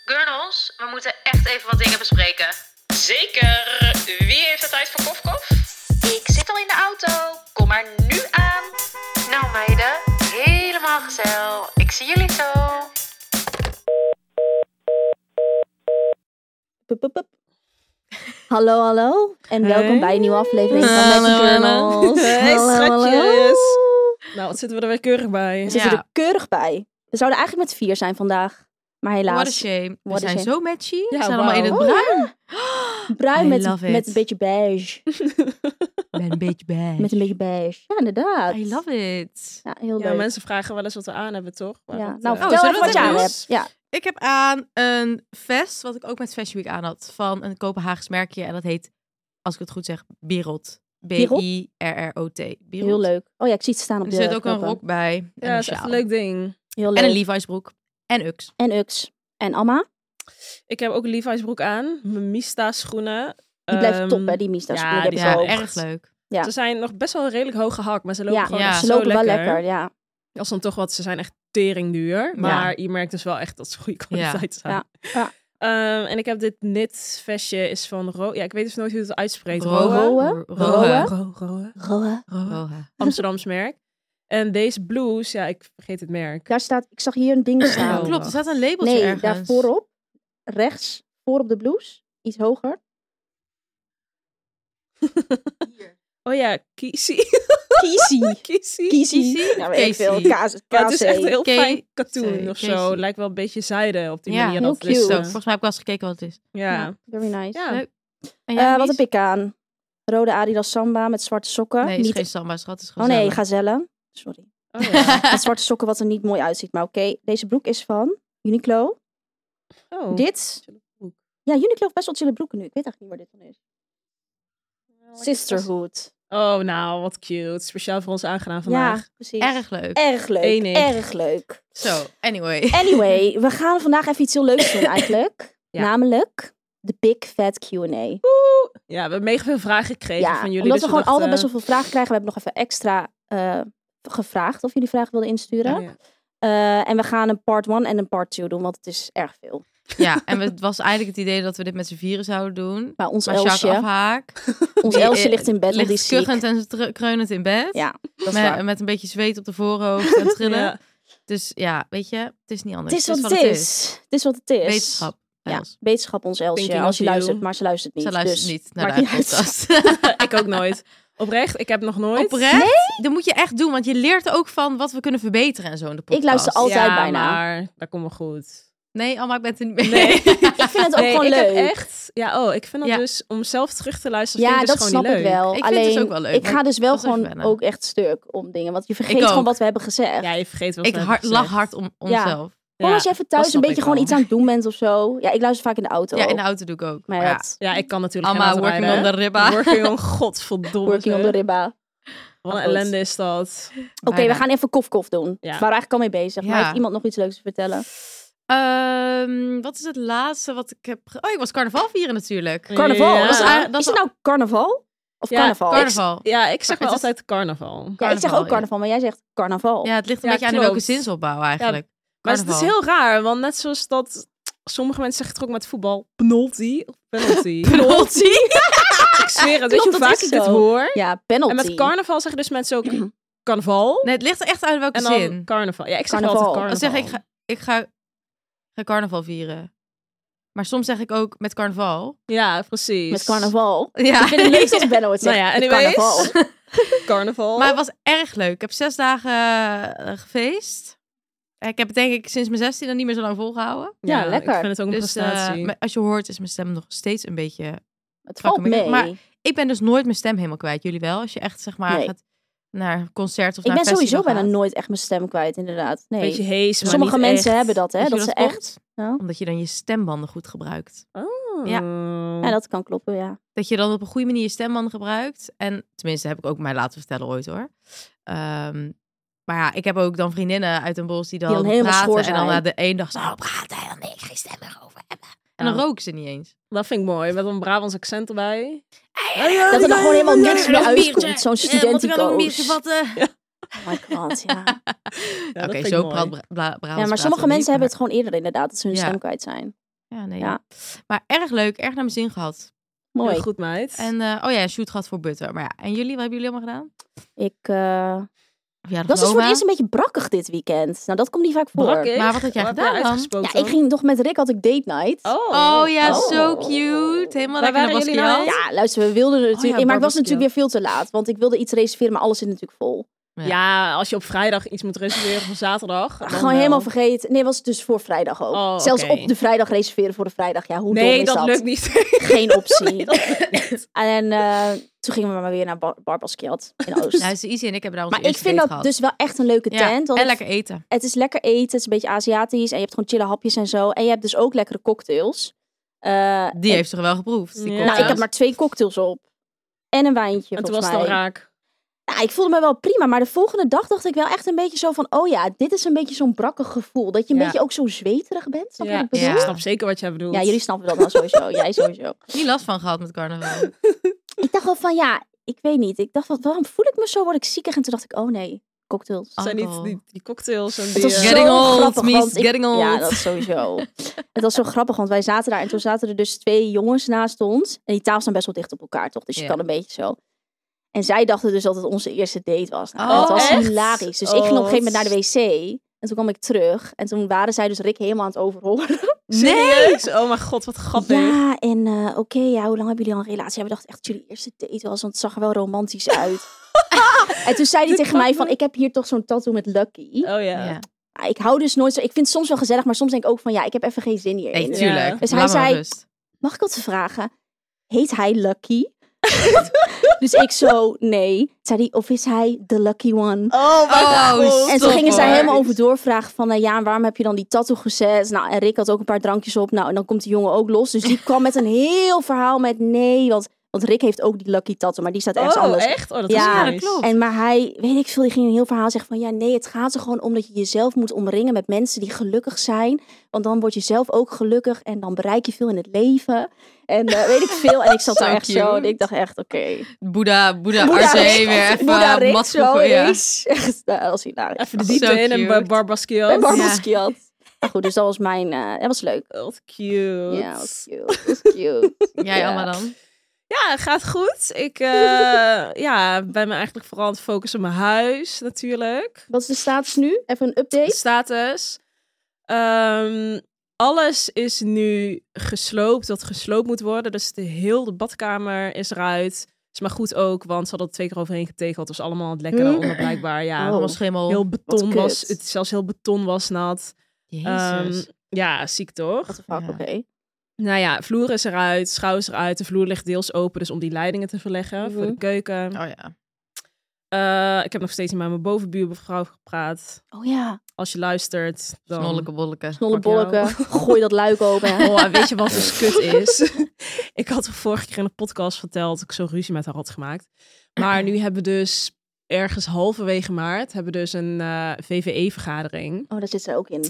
Jos, we moeten echt even wat dingen bespreken. Zeker. Wie heeft de tijd voor kofkof? Ik zit al in de auto. Kom maar nu aan. Nou meiden, helemaal gezellig. Ik zie jullie zo. Pup, pup, pup. Hallo, hallo. En welkom bij een nieuwe aflevering van Magic Journals. Hey, Hallo, hallo. schatjes. Nou, wat zitten we er weer keurig bij. We zitten Ja. er keurig bij. We zouden eigenlijk met vier zijn vandaag. Maar helaas. What a shame. What a we zijn shame. zo matchy. we Ja, zijn allemaal in het wauw. bruin. Bruin I met, love it. met een beetje beige. Ik ben een beetje bij. Met een beetje beige. Ja, inderdaad. I love it. Ja, heel Ja, leuk. mensen vragen wel eens wat we aan hebben, toch? Maar Ja. dat, Nou, eh, Oh, vertel zullen even wat we je dat aan doen? hebt. Ja. Ik heb aan een vest, wat ik ook met Fashion Week aan had, van een Kopenhaags merkje. En dat heet, als ik het goed zeg, Birot. Birot? B-I-R-R-O-T. Birot. Heel leuk. Oh ja, ik zie het staan op Er de zit ook een knoppen. rok bij. En ja, een dat is echt sjaal. een leuk ding. Heel leuk. En een Levi's broek. En Ux. En Ux. En Amma. Ik heb ook een Levi's broek aan. Mijn Mista schoenen. Die blijft Ehm, top, hè, die Mista. ja, die heb die ik Ja, ook. zijn erg leuk. Ja. Ze zijn nog best wel redelijk hoog gehakt, maar ze lopen Ja, gewoon ja. echt Ze zo lopen wel lekker. lekker, ja. Als dan toch wat, ze zijn echt tering duur. Maar je merkt dus wel echt dat ze goede kwaliteit zijn. Ja. Ja. Ehm, en ik heb dit knit vestje, is van Ro... Ja, ik weet dus nooit hoe het uitspreekt. Rohe? Rohe. Rohe? Rohe. Ro- Rohe. Rohe. Rohe. Amsterdams merk. En deze blouse, ja, ik vergeet het merk. Daar staat, ik zag hier een ding staan. Oh, Klopt, er staat een labeltje Nee, ergens. daar voorop. Rechts, voor op de blouse. Iets hoger. Oh ja, Kisi. Kiezie. Kiezie. Kisi. Kiezie? Nou, weet ik veel. Kiezie. Kaas, Maar het is echt heel KC. fijn katoen KC. of zo. Lijkt wel een beetje zijde op die Ja, manier. heel dat het is, cute. Dus Zo, eh, volgens mij heb ik wel eens gekeken wat het is. ja. Very nice. Ja. Leuk. En jij, Eh, wat Mies? heb ik aan? Rode Adidas Samba met zwarte sokken. Nee, het is niet... geen samba, schat. Het is oh nee, gezellig. gazellen. Sorry. Oh, ja. Met zwarte sokken wat er niet mooi uitziet. Maar oké, deze broek is van Uniqlo. Oh. Dit. chille broek. Ja, Uniqlo heeft best wel chille broeken nu. Ik weet eigenlijk niet waar dit van is. Sisterhood. Oh, nou, wat cute. Speciaal voor ons aangedaan Ja, vandaag. precies. Erg leuk. Erg leuk. Enig. Erg leuk. Zo, anyway. Anyway, we gaan vandaag even iets heel leuks doen eigenlijk. Ja. Namelijk de Big Fat Q&A. Oeh. Ja, we hebben mega veel vragen gekregen Ja, van jullie. omdat dus we gewoon dachten- altijd best wel veel vragen krijgen. We hebben nog even extra eh, gevraagd of jullie vragen wilden insturen. Ja, Eh, en we gaan een part 1 en een part 2 doen, want het is erg veel. Ja, en het was eigenlijk het idee dat we dit met z'n vieren zouden doen. Maar ons Maar Sjaak Elsje, Afhaak ons die, Elsje eh, ligt in bed, want die ligt is ziek. kuchend en tr- kreunend in bed. Ja, dat is met, waar. met een beetje zweet op de voorhoofd en trillen. Ja. Dus ja, weet je, het is niet Het anders. is wat het is. Het is wat het is. Wetenschap. Ja, Els. wetenschap ons Elsje, Thinking als of je you. luistert, maar ze luistert niet. Ze luistert dus niet naar maakt de niet uit. podcast. ik ook nooit. Oprecht, ik heb nog nooit. Oprecht, dat moet je echt doen, want je leert ook van wat we kunnen verbeteren en zo in de podcast. Ik luister altijd. ja, bijna. maar dat komt wel goed. Nee, Alma, ik ben het er niet mee. Nee. Ik vind het ook gewoon ik leuk. heb echt... Ja, oh, ik vind dat Ja. dus... Om zelf terug te luisteren Ja, vind ik dat dus snap gewoon niet ik leuk. wel. Ik vind Alleen, het dus ook wel leuk, Ik maar ga dus wel was even gewoon wennen. ook echt stuk om dingen. Want je vergeet ook. gewoon wat we hebben gezegd. Ja, je vergeet wel. Ik hard, lach hard om, om Ja. mezelf. Gewoon als je even thuis een snap beetje ik gewoon wel. iets aan het doen bent of zo. Ja, ik luister vaak in de auto. Ja, in de ook. auto doe ik ook. Maar Maar ja, dat- Ja, ik kan natuurlijk Alma, geen auto working rijden. on the ribba. Working on godverdomme. working on the zeg. ribba. Wat een Goed. ellende is dat. Oké, we gaan even kof-kof doen. We waren eigenlijk al mee bezig. Maar Ja. heeft iemand nog iets leuks te vertellen? Ehm, wat is het laatste wat ik heb... ge- Oh, ik was carnaval vieren natuurlijk. Ja. Carnaval. Dat is, Ja. is het nou carnaval? Of Ja, carnaval? Carnaval. Ja, ik zeg Maar wel het is- altijd carnaval. Ja, ik zeg Carnaval, ook ja. carnaval, maar jij zegt carnaval. Ja, het ligt een Ja, beetje aan in klopt. welke zinsopbouw eigenlijk. Maar het is Carnaval. heel raar, want net zoals dat sommige mensen zeggen het ook met voetbal. Penalty. of Penalty. Penalty. ik zweer het. Weet Klopt, je hoe dat vaak is ik dit zo. hoor? Ja, penalty. Mm-hmm. En met carnaval zeggen dus mensen ook carnaval. Nee, het ligt er echt aan in welke En dan zin. carnaval. Ja, ik zeg Carnaval. altijd Dan carnaval. zeg ik, ga, ik ga, ga carnaval vieren. Maar soms zeg ik ook met carnaval. Ja, precies. Met carnaval. Ja. Ik vind het leuk als Benno het zegt. Nou ja, met anyways. carnaval. Carnaval. Maar het was erg leuk. Ik heb zes dagen eh, gefeest. Ik heb het denk ik sinds mijn 16e niet meer zo lang volgehouden. Ja, lekker. Ik vind het ook een Dus eh, prestatie. maar als je hoort is mijn stem nog steeds een beetje Het valt Fuck me. mee. Maar Ik ben dus nooit mijn stem helemaal kwijt. Jullie wel? Als je echt zeg maar Nee. gaat naar concert of ik naar ben een festival sowieso bijna gaat. nooit echt mijn stem kwijt, inderdaad. Nee. Beetje hees, maar Sommige niet mensen echt. hebben dat, hè? Weet je Dat hoe ze komt? Mm. echt. Ja. Omdat je dan je stembanden goed gebruikt. Oh. Ja. Ja, dat kan kloppen, ja. Dat je dan op een goede manier je stembanden gebruikt. En tenminste heb ik ook mij laten vertellen ooit hoor. Ehm, maar ja, ik heb ook dan vriendinnen uit een bos die dan, dan helemaal schoor praten. En zijn. dan na de één dag zo oh, praten. En dan nee, geen stem meer over hebben. En dan Ja. roken ze niet eens. Dat vind ik mooi, met een Brabants accent erbij. Dat er dan gewoon helemaal niks meer Nog een biertje. uitkomt. Zo'n Eh, Moet ik dan nog een biertje studentico's. vatten? Oh my god, ja. Ja, dat Oké, vind ik zo mooi. praat Bra- Bra- Brabants Ja, maar praten sommige we niet, mensen hebben maar- het gewoon eerder inderdaad, dat ze hun Ja. stem kwijt zijn. Ja, nee. Ja. Maar erg leuk, erg naar mijn zin gehad. Heel Mooi. goed, meid. En eh, oh ja, shoot gehad voor butter. Maar ja, en jullie, wat hebben jullie allemaal gedaan? Ik eh, Verjaardag was van dus voor het oma. eerst een beetje brakkig dit weekend. Nou, dat komt niet vaak voor. Brakkig. Maar wat had jij gedaan heb dan? uitgesproken Ja, ik ging nog met Rick had ik date night. Oh, Oh ja, Oh. zo cute. Helemaal Waar lekker naar waren jullie nou Basquiat. heen? Ja, luister, we wilden er natuurlijk. ja, maar ik was barbecue. natuurlijk weer veel te laat. Want ik wilde iets reserveren, maar alles zit natuurlijk vol. Ja. Ja, als je op vrijdag iets moet reserveren van zaterdag. dan eh, Gewoon wel. helemaal vergeten. Nee, was het dus voor vrijdag ook. Oh, Zelfs oké. op de vrijdag reserveren voor de vrijdag. Ja, hoe dom Nee, is dat dat? lukt niet. Geen optie. Nee, dat lukt niet. En eh, toen gingen we maar weer naar Bar, Bar Basquiat in Oost. Nou, ze Izzy en ik hebben daar onze maar ik eerste vind dat date gehad. dus wel echt een leuke Ja, tent. want en lekker eten. Het is lekker eten, het is een beetje Aziatisch. En je hebt gewoon chille hapjes en zo. En je hebt dus ook lekkere cocktails. Eh, Die en- heeft ze er wel geproefd. die Ja. cocktails. nou, ik heb maar twee cocktails op. En een wijntje, En toen was volgens het al mij. raak. Nou, ik voelde me wel prima, maar de volgende dag dacht ik wel echt een beetje zo van... oh ja, dit is een beetje zo'n brakkig gevoel. Dat je een Ja. beetje ook zo zweterig bent, snap je Ja. wat ik bedoel? Ja. Ik snap zeker wat jij bedoelt. Ja, jullie snappen dat wel sowieso. Jij sowieso. Niet last van gehad met carnaval. Ik dacht wel van, ja, ik weet niet. Ik dacht, wat, waarom voel ik me zo? Word ik ziekig? En toen dacht ik, oh nee, cocktails. Oh, zijn niet Alcohol. die, die cocktails en Het die... was eh, Ja. Getting zo old, grappig, Mies, want ik- getting Ja, old. dat sowieso. het was zo grappig, want wij zaten daar en toen zaten er dus twee jongens naast ons. En die tafels staan best wel dicht op elkaar, toch? Dus je Ja. kan een beetje zo. En zij dachten dus dat het onze eerste date was. Nou, Oh, dat was echt? hilarisch. Dus Oh, ik ging op een gegeven wat- moment naar de wc. En toen kwam ik terug. En toen waren zij dus Rick helemaal aan het overhoren. serieus? Oh mijn god, wat grappig. Ja, en eh, oké, ja, hoe lang hebben jullie al een relatie? Ja, we dachten echt dat jullie eerste date was, want het zag er wel romantisch uit. en toen zei hij Dit tegen mij kan van, niet. ik heb hier toch zo'n tattoo met Lucky. Oh ja. Ja. Ah, Ik hou dus nooit zo. Ik vind het soms wel gezellig, maar soms denk ik ook van ja, ik heb even geen zin hierin. Nee, tuurlijk. Dus hij Laat maar zei- rust. Mag ik wat vragen? Heet hij Lucky? dus ik zo, nee. Toen Zei hij, of is hij de lucky one? Oh, Oh, en stop, toen gingen zij hoor. helemaal over doorvragen van, eh, ja, en waarom heb je dan die tattoo gezet? Nou, en Rick had ook een paar drankjes op. Nou, en dan komt die jongen ook los. Dus die kwam met een heel verhaal met, nee, want, want Rick heeft ook die lucky tattoo, maar die staat ergens anders. echt? Oh, dat Ja, is dat nice. klopt. En maar hij, weet ik veel, die ging een heel verhaal zeggen van ja, nee, het gaat er gewoon om dat je jezelf moet omringen met mensen die gelukkig zijn. Want dan word je zelf ook gelukkig en dan bereik je veel in het leven. En eh, weet ik veel. En ik zat Zo daar echt zo en cute. ik dacht echt, oké. Boeddha, Boeddha, Boeddha Arzee Rick- weer even Boeddha Rick mat zo voor je. ineens. Echt, nou, dat was hilarisch. Even de Zo diepte in en cute. bar- Bar Basquiat. En Bar- Barbara Ja. Schiat. Maar goed, dus dat was mijn, eh, dat was leuk. Wat cute. Ja, dat was cute. dat was cute. Jij Ja. allemaal dan? Ja, gaat goed. Ik eh, ja, ben me eigenlijk vooral aan het focussen op mijn huis natuurlijk. Wat is de status nu? Even een update. Status. Ehm, alles is nu gesloopt wat gesloopt moet worden. Dus de heel de badkamer is eruit. Is maar goed ook, want ze hadden het twee keer overheen getegeld. Dus allemaal aan het lekker Hm? daaronder blijkbaar. Ja, Allemaal schimmel. heel Oh, wat beton was. kut. Het, zelfs heel beton was nat. Jezus. Ehm, ja, ziek toch? What the fuck, Ja. oké. Nou ja, vloer is eruit, schouw is eruit. De vloer ligt deels open, dus om die leidingen te verleggen voor de Mhm. keuken. oh ja. Eh, ik heb nog steeds niet met mijn bovenbuurvrouw gepraat. Oh ja, Als je luistert, dan... Snolleke bolleke. snolle Fuck jou. bolken. Gooi dat luik open. Oh, en weet je wat dus kut is? ik had er vorige keer in een podcast verteld dat ik zo ruzie met haar had gemaakt. Maar nu hebben we dus ergens halverwege maart hebben we dus een VVE-vergadering. Oh, daar zit zij ook in.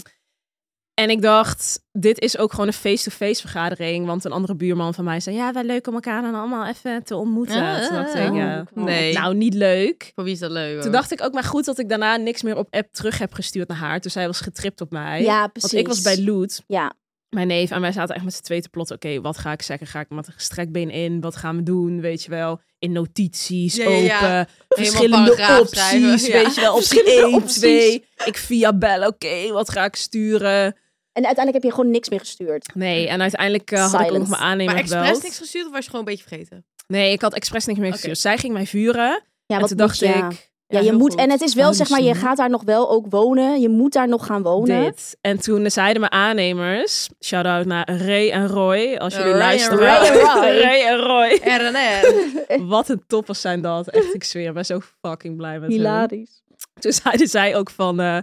En ik dacht, dit is ook gewoon een face-to-face vergadering. Want een andere buurman van mij zei, ja, wel leuk om elkaar dan allemaal even te ontmoeten. Ah, Toen dacht ah, ik, ah. ja, Nee. nou, niet leuk. Voor wie is dat leuk? Toen dacht ik ook maar goed dat ik daarna niks meer op app terug heb gestuurd naar haar. Dus zij was getript op mij. Ja, precies. Want ik was bij Loet, Ja, mijn neef, en wij zaten echt met z'n twee te plotten. Oké, wat ga ik zeggen? Ga ik met een gestrekt been in? Wat gaan we doen? Weet je wel, in notities, Ja, ja, open, ja. Helemaal verschillende paragraaf opties. schrijven, ja. Weet je wel, optie Verschillende 1, opties. 2. Ik via bellen, oké, wat ga ik sturen? en uiteindelijk heb je gewoon niks meer gestuurd. Nee, en uiteindelijk eh, had ik ook nog Silence. mijn aannemer maar expres gebeld. niks gestuurd of was je gewoon een beetje vergeten? Nee, ik had expres niks meer Oké. gestuurd. Zij ging mij vuren. Ja, wat en toen moet dacht je? ik, Ja, je heel moet, goed. en het is wel, Oh, zeg maar, je stom. gaat daar nog wel ook wonen. Je moet daar nog gaan wonen. dit. En toen zeiden mijn aannemers, shout-out naar Ray en Roy, als jullie Ray en luisteren. Roy. Ray en Roy. RNR. Wat een toppers zijn dat. Echt, ik zweer, ik ben zo fucking blij met hen. Hilarisch. Toen zeiden zij ook van, eh,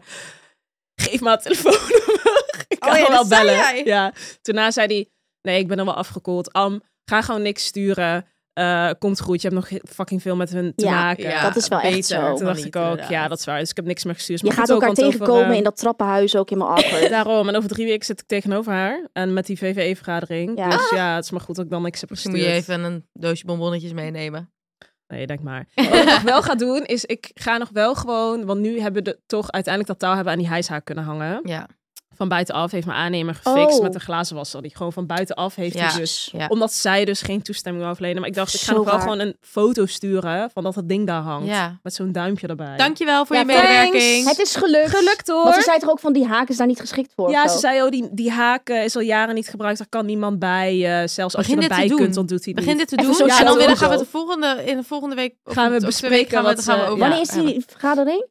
geef maar het telefoonnummer. ik kan Oh ja, wel dat zei bellen. jij. Ja. Daarna zei hij, nee, ik ben al wel afgekoeld. Am, ga gewoon niks sturen. Eh, komt goed, je hebt nog he- fucking veel met hun te Ja, maken. dat is wel echt beter zo. dan Toen dacht niet, ik ook, ja, inderdaad. dat is waar. Dus ik heb niks meer gestuurd. Je Maar gaat goed ook, elkaar want over, tegenkomen eh, in dat trappenhuis ook in mijn awkward. Daarom. En over drie weken zit ik tegenover haar. En met die VVE-vergadering. Ja. Ah. Dus ja, het is maar goed dat ik dan niks heb Misschien gestuurd. moet je even een doosje bonbonnetjes meenemen. Nee, denk maar. Wat ik nog wel ga doen, is ik ga nog wel gewoon... Want nu hebben we de, toch uiteindelijk dat touw hebben we aan die hijshaak kunnen hangen. Ja. van buitenaf heeft mijn aannemer gefixt Oh. met een glazenwasser. Die gewoon van buitenaf heeft Ja. hij dus. Ja. Omdat zij dus geen toestemming wou verlenen. Maar ik dacht, ik ga Zo nog wel raar. gewoon een foto sturen van dat het ding daar hangt. Ja. Met zo'n duimpje erbij. Dankjewel voor Ja, je medewerking. Het is gelukt. Gelukt hoor. Want ze zei toch ook van die haak is daar niet geschikt voor. Ja, of ze zo? zei, oh, die, die haak eh, is al jaren niet gebruikt. Daar kan niemand bij. eh, zelfs als Begin je dit te erbij doen. kunt, dan doet hij het Begin niet. dit te Even doen. zo'n en dan shout-out. weer gaan we het de volgende, in de volgende week... of Gaan we of twee bespreken weken gaan we, wat gaan we ze- over- Ja, Wanneer is die vergadering?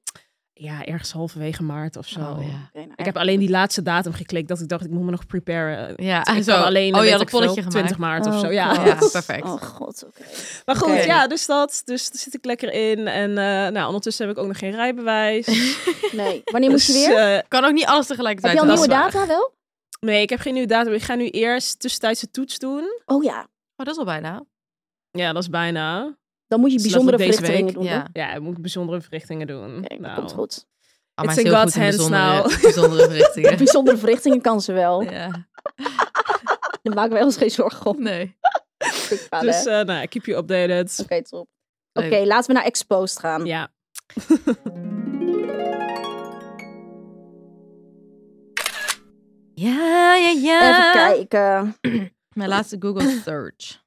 Ja, ergens halverwege maart of zo. Oh, ja. Oké, nou, Ik heb alleen die laatste datum geklikt. Dat ik dacht, ik moet me nog preparen. Ja, Ik zo. kan alleen, oh, weet je had een ik veel, polletje gemaakt. 20 maart of Oh, zo. Ja. God. Ja, perfect. Oh god, oké. Maar goed, Oké. ja, dus dat. Dus daar zit ik lekker in. En eh, nou, ondertussen heb ik ook nog geen rijbewijs. Nee. Wanneer moet je Dus, weer? eh, Kan ook niet alles tegelijkertijd. heb je al dat nieuwe is waar. data wel? nee, ik heb geen nieuwe datum. Ik ga nu eerst tussentijdse toets doen. Oh ja. Oh, dat is al bijna. Ja, dat is bijna. Ah. Dan moet je Dus dat bijzondere wordt deze verrichtingen week. doen. Ja. hè? Ja, ik moet bijzondere verrichtingen doen. Oké, dat Nou. komt goed. Ah, maar It's in is heel God's goed in hands bijzondere, now. bijzondere verrichtingen. Bijzondere verrichtingen kan ze wel. ja. Daar maken wij ons geen zorgen om. Nee. Dus Dus, Oké, eh nou, keep you updated. top. Oké, Leuk. laten we naar Exposed gaan. Ja. Ja, ja, ja. Even kijken. Mijn laatste Google search.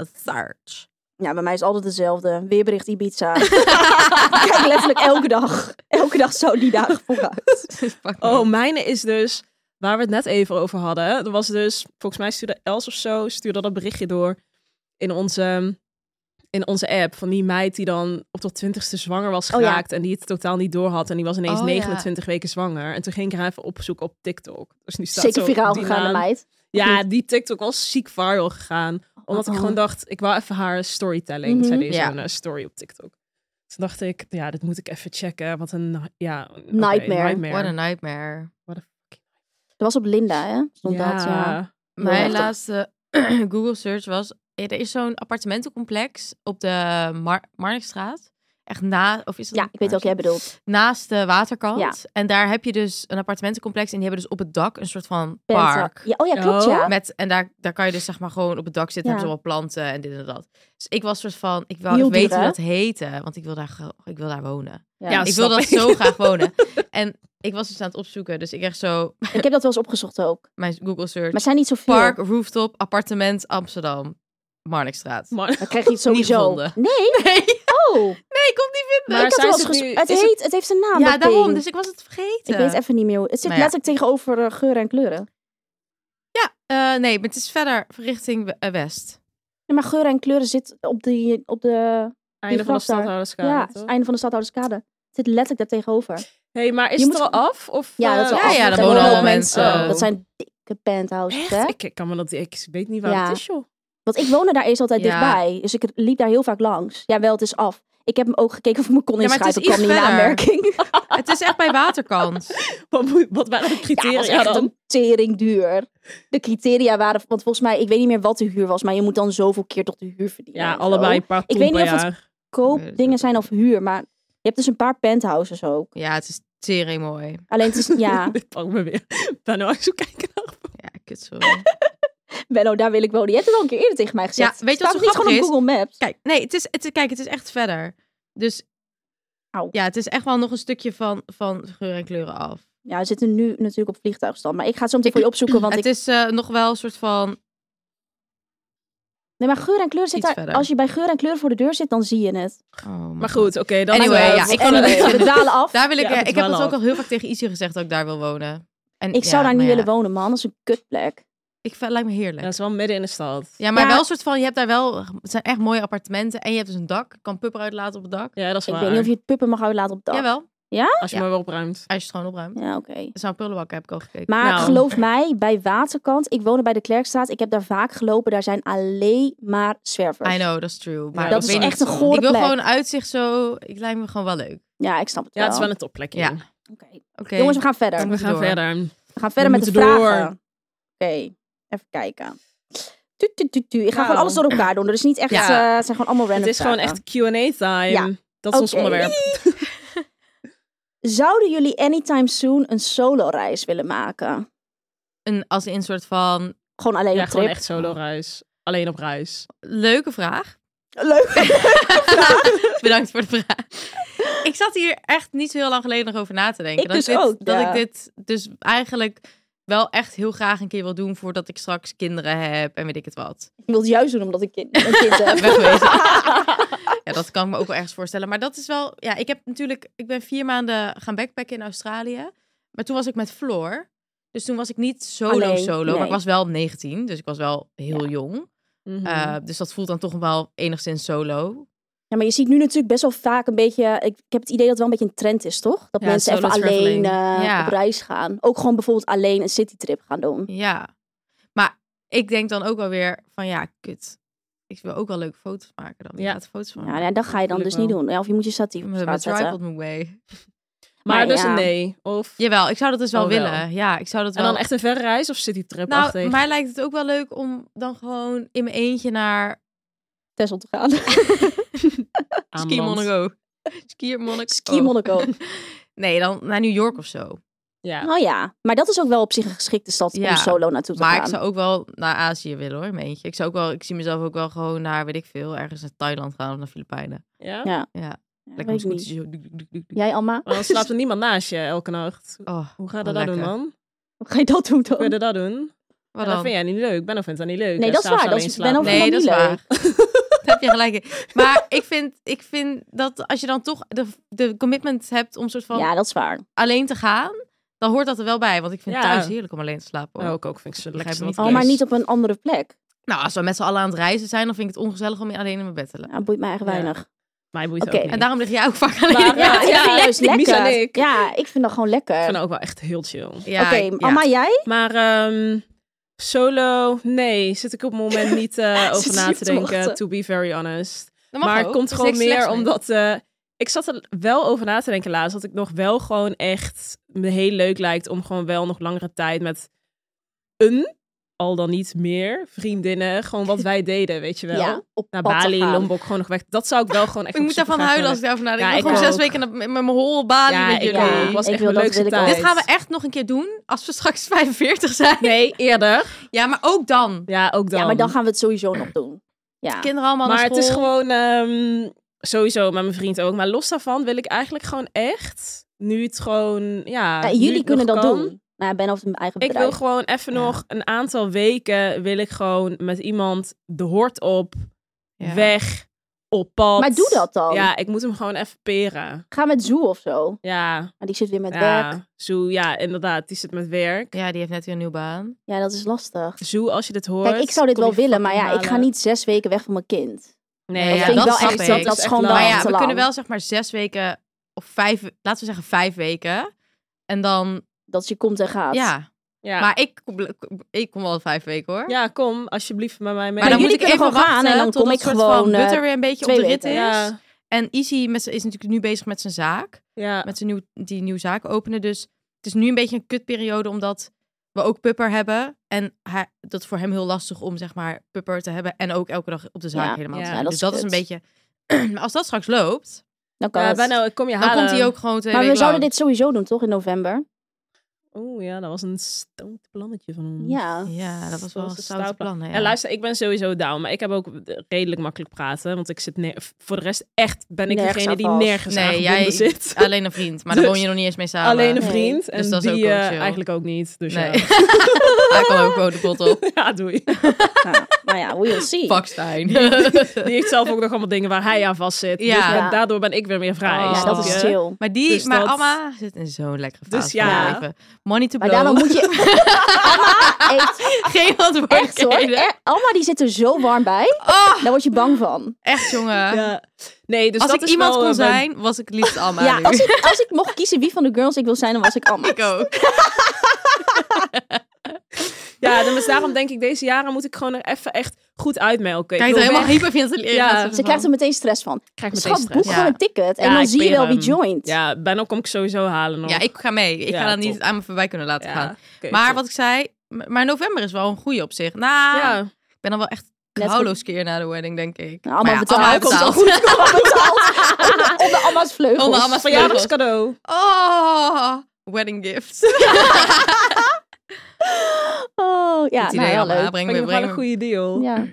A search. Ja, bij mij is altijd dezelfde. Weerbericht Ibiza. Ik Kijk, letterlijk elke dag. Elke dag zo die dagen vooruit. Oh, mijne is dus waar we het net even over hadden. Er was dus, volgens mij stuurde Els of zo, stuurde dat berichtje door in onze, in onze app. Van die meid die dan op tot twintigste zwanger was Oh ja. geraakt en die het totaal niet door had. En die was ineens Oh ja. 29 weken zwanger. En toen ging ik haar even opzoeken op TikTok. Dus nu staat Zeker zo viraal die gegaan, de naam. meid. Ja, die TikTok was ziek viral gegaan. Omdat ik Oh. gewoon dacht, ik wou even haar storytelling. Mhm. Zij deed Ja. zo'n eh, story op TikTok. Toen dacht ik, ja, dit moet ik even checken. Wat een, ja... oké, Nightmare. What a nightmare. What a fucking Dat was op Linda, hè? Stond dat, ja. Mijn heftig. laatste Google search was... eh, Er is zo'n appartementencomplex op de Mar Marnixstraat. Echt na... Of is dat Ja, niet ik weet wat jij Marnixstraat? bedoelt. Naast de waterkant. Ja. En daar heb je dus een appartementencomplex. En die hebben dus op het dak een soort van Penta. park. Ja, oh ja, klopt, Oh. ja. Met, en daar, daar kan je dus zeg maar gewoon op het dak zitten. Ja. Hebben ze allemaal planten en dit en dat. Dus ik was soort van... Ik wou Heel duur, even weten hoe hè? dat heette. Want ik wil daar, ge- ik wil daar wonen. Ja. Ja, Ah, ik wil snap dat ik. zo graag wonen. En ik was dus aan het opzoeken. Dus ik echt zo... Ik heb dat wel eens opgezocht ook. Mijn Google search. Maar het zijn niet zoveel. Park, rooftop, appartement, Amsterdam. Marnixstraat. Maar, Dan krijg je het sowieso. gevonden. nee, Nee, oh. nee, ik kon het niet Maar ik had zijn wel eens ze ges- nu- het, is heet, het- het... heeft een naam. vinden. Ja, dat daarom. ding. Dus ik was het vergeten. Ik weet even niet meer hoe... Het zit Maar ja. letterlijk tegenover eh, geuren en kleuren. Eh, nee, maar het is verder richting we- eh, west. Nee, maar geuren en kleuren zit op, die, op de... einde van de graf daar. stadhouderskade, ja, het toch? einde van de Stadhouderskade. Het zit letterlijk daar tegenover. hey, maar is Je het moet er al gewoon- af? Of, Ja, dat is eh, wel ja, af- ja, daar daar wonen wonen wel allemaal mensen. Oh. Dat zijn dikke penthouses, hè? Echt? Ik, ik kan me dat... Ik weet niet waar Ja. het is, joh. Want ik woonde daar eerst altijd Ja. dichtbij. Dus ik liep daar heel vaak langs. Ja, wel, het is af. Ik heb hem ook gekeken of ik me kon Ja, maar het inschrijven. is Ik kwam iets niet in verder. aanmerking. Het is echt bij waterkant. Wat, moet- wat waren de Ja, het criteria was echt dan? een tering duur. De criteria waren... Want volgens mij, ik weet niet meer wat de huur was. Maar je moet dan zoveel keer toch de huur verdienen. Ja, en zo. allebei een paar Ik ton weet niet per of het- jaar. koopdingen zijn of huur. Maar je hebt dus een paar penthouses ook. Ja, het is tering mooi. Alleen het is, ja, Dit pak me weer. Ik ben nou zo kijken naar... Ja, kut, sorry. Benno, daar wil ik wonen. Je hebt het al een keer eerder tegen mij gezegd. Ja, weet je wat Staat het zo niet grappig gewoon op is? Google Maps? Kijk, nee, het is, het, kijk, het is echt verder. Dus Auw. ja, het is echt wel nog een stukje van, van geur en kleuren af. Ja, we zitten nu natuurlijk op vliegtuigstand. Maar ik ga het zo meteen voor je opzoeken. Want ik... het is eh, nog wel een soort van... Nee, maar geur en kleur zit Iets daar... verder. Als je bij geur en kleur voor de deur zit, dan zie je het. Oh, Maar goed, oké. dan Anyway, eh, ja, ik kan anyway. het niet Anyway, we vinden. dalen af. Daar wil ik, Ja, eh, het ik heb wel dat ook af. al heel vaak tegen Izzy gezegd dat ik daar wil wonen. En, Ik ja, zou daar niet maar ja, willen wonen, man. Dat is een kutplek. Ik vind, lijkt me heerlijk. Dat is wel midden in de stad. Ja, maar Ja. wel een soort van, je hebt daar wel, het zijn echt mooie appartementen. En je hebt dus een dak, je kan pupper uitlaten op het dak. Ja, dat is Ik waar. weet niet of je het puppen mag uitlaten op het dak. Jawel, Als je Ja. maar weer opruimt. als je het gewoon opruimt. Ja, oké. Er zou een prullenbak, heb ik al gekeken. Maar Nou. geloof mij, bij Waterkant, ik woonde bij de Klerkstraat, ik heb daar vaak gelopen, daar zijn alleen maar zwervers. I know, that's true. Maar Ja, ik Dat is weet echt niet. een gore Ik wil plek. gewoon uitzicht zo, ik lijkt me gewoon wel leuk. Ja, ik snap het Ja, wel. het is wel een topplekje. Ja. We Oké. Oké. Jongens, we gaan verder. We moeten gaan door. verder. We gaan verder We met de moeten vragen. door. Oké, even kijken. Tu, tu, tu, tu. Ik ga Nou. gewoon alles door elkaar doen. Er is niet echt, Ja. eh, het zijn gewoon allemaal Het random is gewoon vragen. echt Q&A-time. Ja. Dat is ons Oké. onderwerp. Zouden jullie anytime soon een solo-reis willen maken? Een, als in een soort van, Gewoon alleen Ja, op trip? gewoon echt solo-reis. Alleen op reis. leuke vraag. Leuk. Bedankt voor de vraag. ik zat hier echt niet zo heel lang geleden nog over na te denken. Ik dat dus dit, ook, Dat ja. ik dit dus eigenlijk wel echt heel graag een keer wil doen voordat ik straks kinderen heb en weet ik het wat. Ik wil het juist doen omdat ik kind, een kind heb. Wegwezen. Ja, dat kan ik me ook wel ergens voorstellen. Maar dat is wel, ja, ik heb natuurlijk, ik ben vier maanden gaan backpacken in Australië. Maar toen was ik met Floor. Dus toen was ik niet solo Alleen, solo, maar Oh, nee. ik was wel 19, dus ik was wel heel jong. Mhm. Mhm. Eh, dus dat voelt dan toch wel enigszins solo. Ja, maar je ziet nu natuurlijk best wel vaak een beetje... eh, Ik, ik heb het idee dat het wel een beetje een trend is, toch? Dat Ja, mensen even solo alleen traveling. eh, Ja. op reis gaan. Ook gewoon bijvoorbeeld alleen een citytrip gaan doen. Ja. Maar ik denk dan ook wel weer van ja, kut. Ik wil ook wel leuke foto's maken dan. Ja. Ja, het foto's van. Ja, dat ga je dan Natuurlijk dus niet wel. doen. Ja, of je moet je statief op Met mijn straat zetten. tripod moet mee. Maar, Maar dus ja. een nee. Of, Jawel, ik zou dat dus wel Oh, wel. willen. Ja, ik zou dat En wel. dan echt een verre reis of citytrip nou, nou, mij lijkt het ook wel leuk om dan gewoon in mijn eentje naar Tessel te gaan. Ski Monaco. Ski Monaco. Ski Monaco. Nee, dan naar New York of zo. Ja. Nou ja, maar dat is ook wel op zich een geschikte stad om Ja, solo naartoe te Maar gaan. ik zou ook wel naar Azië willen hoor, in mijn eentje. Ik zou ook wel, ik zie mezelf ook wel gewoon naar, weet ik veel, ergens naar Thailand gaan of naar Filipijnen. ja. Ja. Ja, Ja, lekker weet ik om niet. scooters- doek, doek, doek, doek. Jij, Alma? Maar dan slaapt er niemand naast je elke nacht. Oh, Hoe ga je Wel dat dan doen, lekker. man? Hoe ga je dat doen Kun dan? je dat doen? wat Ja, dat dan? vind jij niet leuk. Benno vindt dat niet leuk. Nee, hè, dat is s'avonds waar. Dat alleen is- Benno slapen. vindt Nee, dat dat is niet waar. Daar heb je gelijk in. Maar ik vind, ik vind dat als je dan toch de, de commitment hebt om soort van Ja, dat is waar. alleen te gaan, dan hoort dat er wel bij. Want ik vind Ja. thuis heerlijk om alleen te slapen. hoor. Oh, ik ook vind ik ze Begrijp lekker me niet Oh, maar niet op een andere plek. Nou, als we met z'n allen aan het reizen zijn, dan vind ik het ongezellig om je alleen in mijn bed te liggen. Ja, boeit mij echt Ja. weinig. Mij boeit Oké. ook niet. En daarom lig jij ook vaak alleen. Maar, ja, Ja, ik vind het juist Mies lekker. en ik. Ja, ik vind dat gewoon lekker. Ik vind dat ook wel echt heel chill. Oké, ik- ja. Alma, jij? Maar ehm, solo, nee, zit ik op het moment niet eh, over Zit na hier te te wachten. denken, to be very honest. Dat mag Maar het ook. komt Er is gewoon niks meer slechts mee. omdat... eh, ik zat er wel over na te denken laatst, dat ik nog wel gewoon echt me heel leuk lijkt om gewoon wel nog langere tijd met een, al dan niet meer, vriendinnen, gewoon wat wij deden, weet je wel. Ja, op Naar pad te Bali, gaan. Lombok, gewoon nog weg. Dat zou ik wel gewoon echt Ik nog moet daarvan supergraag huilen als willen. ik daarover nadenk. Ja, ik wil ik gewoon zes ook. weken naar- met met mijn holle balie Ja, met ik jullie. Ja, ook. was ik echt wil mijn dat, leukste wil ik ook. tijd. Dit gaan we echt nog een keer doen als we straks 45 zijn. Nee, eerder. Ja, maar ook dan. Ja, ook dan. Ja, maar dan gaan we het sowieso nog doen. Ja. Kinderen allemaal Maar naar het is school. gewoon ehm, sowieso met mijn vriend ook. Maar los daarvan wil ik eigenlijk gewoon echt nu het gewoon ja. Ja, nu jullie het kunnen nog dat kan. doen. Nou, ik ben over mijn eigen Ik bedrijf. wil gewoon even Ja. nog een aantal weken wil ik gewoon met iemand de hort op, Ja. weg, op pad. Maar doe dat dan. Ja, ik moet hem gewoon even peren. Ga met Zoo of zo. Ja, Maar die zit weer met werk. ja. Zo, ja, inderdaad. Die zit met werk. Ja, die heeft net weer een nieuwe baan. Ja, dat is lastig. Zo, als je dit Dus hoort. Kijk, ik zou dit kom wel je willen, maar ja, fucking ik ga halen. niet zes weken weg van mijn kind. Nee, Dat ja, vind ik dat wel snap echt- ik. dat Dat is echt gewoon lang. maar wel ja, te we kunnen lang. wel zeg maar zes weken of vijf, laten we zeggen vijf weken. En dan, Dat je komt en gaat. ja. Ja. Maar ik, ik kom wel vijf weken hoor. ja, kom alsjeblieft met mij mee. Maar dan jullie moet ik kunnen even gewoon gaan wachten en dan tot kom dat ik soort gewoon, van eh, butter weer een beetje op twee de rit is. weken. ja, En Izzy met z'n- is natuurlijk nu bezig met zijn zaak. ja. Met zijn nieuw, die nieuwe zaak openen. Dus het is nu een beetje een kutperiode omdat we ook Pupper hebben. En hij, dat is voor hem heel lastig om zeg maar Pupper te hebben. En ook elke dag op de zaak Ja. helemaal Ja, te zijn. dat dus is dat is een kut. beetje... Maar als dat straks loopt, Dan kan Ja, het. Benno, ik kom je dan halen. komt hij ook gewoon twee Maar we weken zouden lang. dit sowieso doen, toch? In november. Oeh, ja, dat was een stout plannetje van ons. Ja. Ja, dat was wel een een zout stout plan. hè, Ja, luister, ik ben sowieso down, maar ik heb ook redelijk makkelijk praten, want ik zit ne- voor de rest echt ben ik Nergens degene aan die vast. nergens aan Nee, gebonden jij zit. Alleen een vriend, maar daar Dus- woon je nog niet eens mee samen. Alleen een Nee. vriend en Dus dat is ook die wel eh, chill. eigenlijk ook niet. Dus Nee. ja. Hij kan ook gewoon de pot op. ja, doei. Nou, nou ja, we will see. Fuck Stijn. Die heeft zelf ook nog allemaal dingen waar hij aan vast zit. Ja. Dus ben- Ja. daardoor ben ik weer meer vrij. Ja, Ja, snap Oh, dat is je? chill. Maar die, Dus maar dat- Alma zit in zo'n lekkere fase Dus ja. van haar leven. Money to Maar blow. daarom moet je... Alma, echt, Geen echt hoor. antwoordelijkheden. E- Alma, die zit er zo warm bij. Oh, Daar word je bang van. echt jongen. Ja. Nee, dus als dat ik is iemand wel, kon eh, mijn- zijn, was ik het liefst Alma Ja, nu. als ik, als ik mocht kiezen wie van de girls ik wil zijn, dan was ik Alma. Ik ook. Ja, dus daarom denk ik, deze jaren moet ik gewoon er even echt goed uitmelken. Ik Kijk, er wil helemaal weg. hyperventileert. Ja. Ja. Ze krijgt er meteen stress van. Ik krijg meteen Schat, boek stress. Ja. gewoon een ticket. En Ja, dan ik zie je peer wel wie hem. joint. Nou, Ja, Benno kom ik sowieso halen nog. Ja, ik ga mee. Ik Ja, ga dat top. niet aan me voorbij kunnen laten Ja, gaan. oké, Maar top. wat ik zei, m- maar november is wel een goeie op zich. Nou, Ja. ik ben dan wel echt Net kouloos keer na de wedding, denk ik. Nou, Alma Maar ja, betaalt. Alma Komt wel betaalt. goed. Alma betaalt. Onder- Onder Alma's vleugels. Onder Alma's- Verjaardagscadeau. Oh, wedding gifts. Oh, ja, Goed nou, idee, heel Alma. leuk. Vind Breng me, ik nog wel breng een me. goede deal. Ja.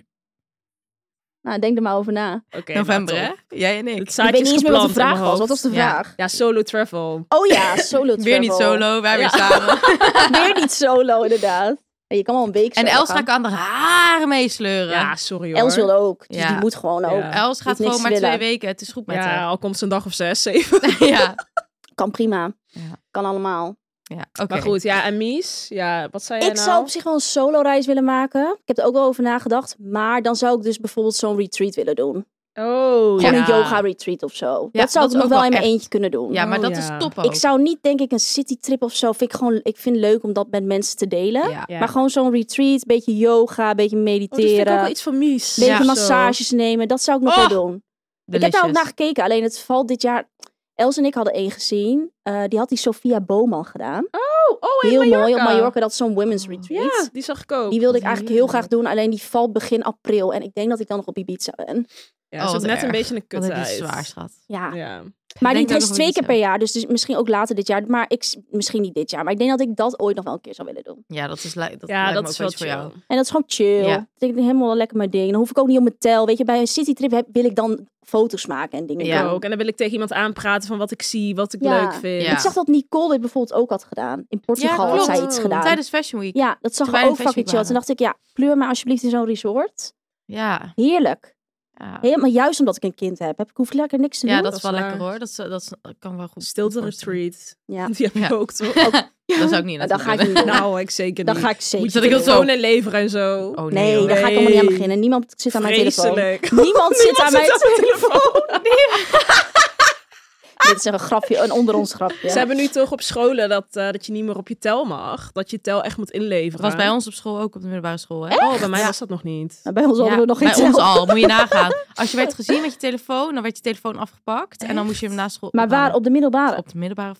Nou, denk er maar over na. Oké, November, nou, top. hè? Jij en ik. Het ik zaadje weet is niet eens meer wat de geplant in vraag mijn was. Wat hoofd. was de Ja. vraag? Ja, solo travel. Oh ja, solo Weer niet travel. solo, wij Ja. weer samen. Weer niet solo, inderdaad. Ja, je kan wel een week En solo Elstra gaan. kan er haren meesleuren. Ja, sorry hoor. Els wil ook. Dus Ja. die moet gewoon ook. Ja. Els gaat Doet niks gewoon maar te twee willen. weken. Het is goed met Ja, haar. al komt ze een dag of zes, zeven. ja. Kan prima. Ja. Kan allemaal. ja. Oké. Maar goed, ja, en Mies? Ja, wat zei jij ik nou? zou op zich wel een solo-reis willen maken. Ik heb er ook wel over nagedacht. Maar dan zou ik dus bijvoorbeeld zo'n retreat willen doen. Oh, Gewoon ja. een yoga-retreat of zo. Ja, dat zou dat ik ook nog wel wel in mijn echt. eentje kunnen doen. Ja, maar Oh, dat ja. is top ook. Ik zou niet, denk ik, een citytrip of zo. Vind ik, gewoon, ik vind het leuk om dat met mensen te delen. Ja. Ja. Maar gewoon zo'n retreat, beetje yoga, beetje Oh, dit vind ik mediteren. ook wel iets van Mies. beetje Ja. massages nemen, dat zou ik nog Oh, wel doen. Ik heb daar ook Delicious. naar gekeken, alleen het valt dit jaar... Els en ik hadden één gezien, eh, die had die Sophia Boman gedaan. Oh, oh, in heel Mallorca. mooi, op Mallorca, dat is zo'n women's Oh. retreat. Ja, die zag ik ook. Die wilde ik wat eigenlijk heel graag heerlijk. doen, alleen die valt begin april. En ik denk dat ik dan nog op Ibiza ben. Ja, Oh, zag wat net een erg. beetje een kut Want het uit. is zwaar, schat. Ja, Ja. maar die denk dat is nog twee Ibiza. keer per jaar, dus, dus misschien ook later dit jaar. Maar ik, s- misschien niet dit jaar, maar ik denk dat ik dat ooit nog wel een keer zou willen doen. Ja, dat is, li- dat Ja, lijkt dat me is ook wel iets voor jou. chill. En dat is gewoon chill. Ja. Ik denk helemaal lekker mijn ding. Dan hoef ik ook niet op mijn tel. Weet je, bij een citytrip heb, wil ik dan foto's maken en dingen Ik Ja. doen. ook. En dan wil ik tegen iemand aanpraten van wat ik zie, wat ik Ja. leuk vind. Ja. Ik zag dat Nicole dit bijvoorbeeld ook had gedaan. In Portugal had klopt. zij iets gedaan. Tijdens Fashion Week. Ja, dat zag Toen wij er in ook fucking chill. Festival uit. Toen dacht ik, ja, pleur me alsjeblieft in zo'n resort. Ja. Heerlijk. Ja. Helemaal juist omdat ik een kind heb. heb ik hoef ik lekker niks te doen. Ja, dat dat is is wel waar. lekker hoor. Dat, is- eh, dat, is- dat kan wel goed. Stilte goed voorstellen. retreat. Ja. Die heb je Ja. ook toch? Dat zou ik niet Maar naartoe dat ga ik willen. niet doen. Nou, ik zeker Dan niet. ga ik zeker. Moet je Dat ik dat telefoon en leveren en zo. Oh nee, Nee, hoor. daar ga ik allemaal niet aan Nee. beginnen. Niemand zit aan mijn telefoon. Vreselijk. Niemand zit aan mijn telefoon. Dit is een grapje, een onder ons grapje. Ze hebben nu toch op scholen dat, eh, dat je niet meer op je tel mag. Dat je tel echt moet Dat inleveren. was bij ons op school ook op de middelbare school. Hè? Oh, bij mij Ja. was dat nog niet. Maar Bij ons hadden we nog geen bij ons tel. al, moet je nagaan. Als je werd gezien met je telefoon, dan werd je telefoon afgepakt. En dan moest je hem na school Maar waar? ophalen. Op de middelbare? Op de middelbare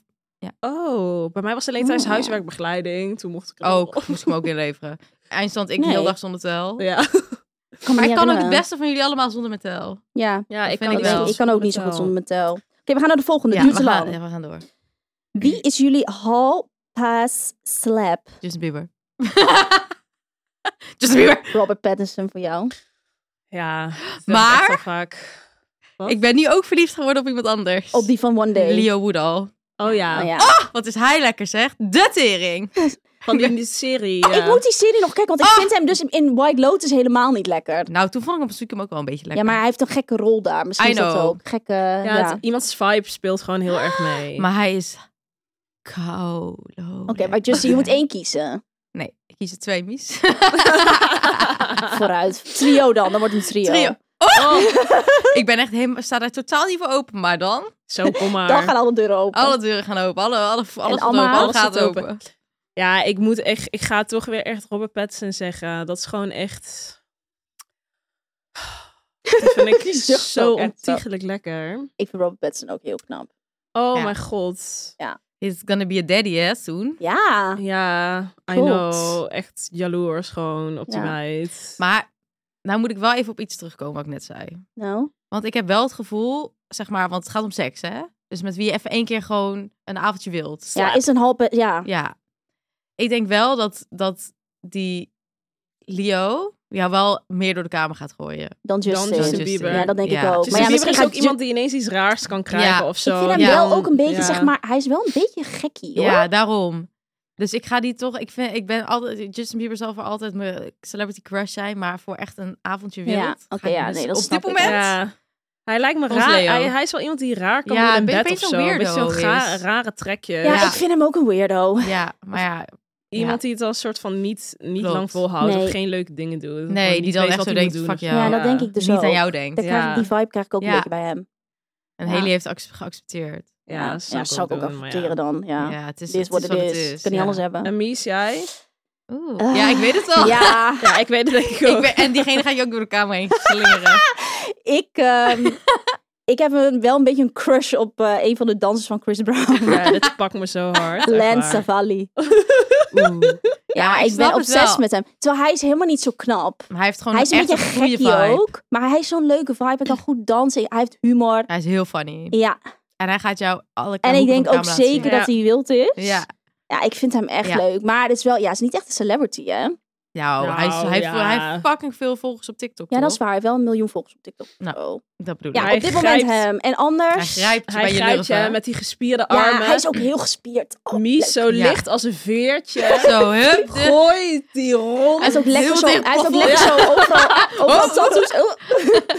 Oh, bij mij was alleen tijdens huiswerkbegeleiding. Toen mocht ik er ook. Moest Oh, ik hem ook inleveren. Eindstand, ik Nee. heel dag zonder tel. Ja. Kan me Maar niet ik kan ook het herinneren. beste van jullie allemaal zonder mijn tel. Ja, ja, ik ik kan kan, het ik, wel. weet- ik kan ook niet zo goed zonder mijn tel. Oké, we gaan naar de volgende. ja, duurt we te gaan, lang. ja, we gaan door. Wie is jullie hall pass slap? Justin Bieber. Justin Bieber. Robert Pattinson voor jou. Ja, dat heb ik Maar- echt al vaak. Wat? Ik ben nu ook verliefd geworden op iemand anders. Op die van One Day. Leo Woodall. Oh ja, Oh, ja. Wat is hij lekker zeg. De tering. van die, die serie. eh, Oh, ja. ik moet die serie nog kijken, want ik Oh. vind hem dus in White Lotus helemaal niet lekker. Nou, toen vond ik hem op stiekem ook wel een beetje lekker. Ja, maar hij heeft een gekke rol daar. Misschien I is dat know. ook. Gekke, ja, ja. het- iemands vibe speelt gewoon heel erg mee. Maar hij is koud. Oké, Oké, maar Justin, je moet één kiezen. Nee, ik kies er twee, Mies. Vooruit. Trio dan, dan wordt het een trio. Trio. Oh, Ik ben echt helemaal, sta daar totaal niet voor open. Maar dan, zo, kom maar. Dan gaan alle deuren open. alle deuren gaan open. Alle, alle, alles gaat allemaal? open. Alles Alles gaat gaat open. open. Ja, ik moet echt. Ik ga toch weer echt Robert Pattinson zeggen. Dat is gewoon echt. Dat vind ik Die zucht zo ook echt zo. ontiegelijk lekker. Ik vind Robert Pattinson ook heel knap. Oh Ja. mijn god. It's gonna be a daddy, hè, soon. Ja. Ja, I Klopt. know. Echt jaloers gewoon op die Ja. meid. Maar nou moet ik wel even op iets terugkomen wat ik net zei. Nou. Want ik heb wel het gevoel, zeg maar, want het gaat om seks, hè? Dus met wie je even één keer gewoon een avondje wilt. Ja, is een hall pass... Ja. Ja. Ik denk wel dat, dat die Leo jou wel meer door de kamer gaat gooien. Dan Justin. Dan Justin Justin. Bieber. Ja, dat denk Ja. ik ook. Justin maar maar ja, Bieber misschien is gaat ook iemand die ineens iets raars kan krijgen Ja. of Ik zo. vind hem ja, wel dan- ook een beetje, ja. zeg maar, hij is wel een beetje gekkie, hoor. Ja, daarom. Dus ik ga die toch, ik, vind, ik ben altijd, Justin Bieber zal voor altijd mijn celebrity crush zijn, maar voor echt een avondje wild. Ja, ga oké, ik ja, dus nee, dat Op snap dit ik. moment? Ja. Hij lijkt me Ons raar. Leo. Hij, hij is wel iemand die raar kan Ja, worden in een be- bed of beetje zo. zo'n Een beetje zo'n weirdo ga- is. rare trekjes. Ja, Ja. ik vind hem ook een weirdo. Ja, maar ja, Iemand die het dan soort van niet, niet Klopt. lang volhoudt Nee. of geen leuke dingen doet. Nee, Gewoon die niet dan weet echt wat zo hij moet denkt, doen of fuck zo. jou. Ja, dat denk ik dus dus niet ook. aan jou denkt. Dan krijg Ja. ik die vibe krijg ik ook Ja. een beetje bij hem. En Ja. Haley heeft ac- geaccepteerd. Ja, ja, snap zou ik ook wel, maar ja. accepteren dan. Ja. Ja, het is, Dit het wordt is het wat is. het is. Ik kan niet ja. alles hebben. En Mies, jij? Oeh. Ah. ja, ik weet het al. Ja, Ja, ik weet het denk ik ook. Ik ben, en diegene gaat je ook door de kamer heen slingeren. ik, ehm, ik heb een, wel een beetje een crush op eh, een van de dansers van Chris Brown. Ja, dit pakt me zo hard. echt Lance waar. Cavalli. Oeh. Ja, maar ik, ik ben snap het obsessed wel. met hem. Terwijl hij is helemaal niet zo knap. Maar hij heeft gewoon hij is een echt beetje een goede gekkie vibe. ook. Maar hij heeft zo'n leuke vibe. Hij kan goed dansen. Hij heeft humor. Hij is heel funny. Ja, En hij gaat jou alle en kanten ik van de denk ook kamer laten zeker zien. dat hij wild is. Ja. Ja, ik vind hem echt Ja. leuk. Maar het is wel, ja, het is niet echt een celebrity, hè? Nou, Nou, hij, is- hij, ja. heeft, hij heeft fucking veel volgers op TikTok. Ja, dat is toch? waar. Wel een miljoen volgers op TikTok. Nou, Oh. Dat bedoel Ja, ik. hij op dit grijpt- moment hem. En Hij anders... grijpt je Hij bij je grijpt lurven. je met die gespierde ja, armen. hij is ook heel gespierd. Oh, Mies leuk. zo Ja. licht als een veertje. Zo, hup. de- Gooi die rond. Hij is ook lekker Heel zo, dicht hij is ook plafond. lekker zo overal, overal Oh. tattoos. Oh.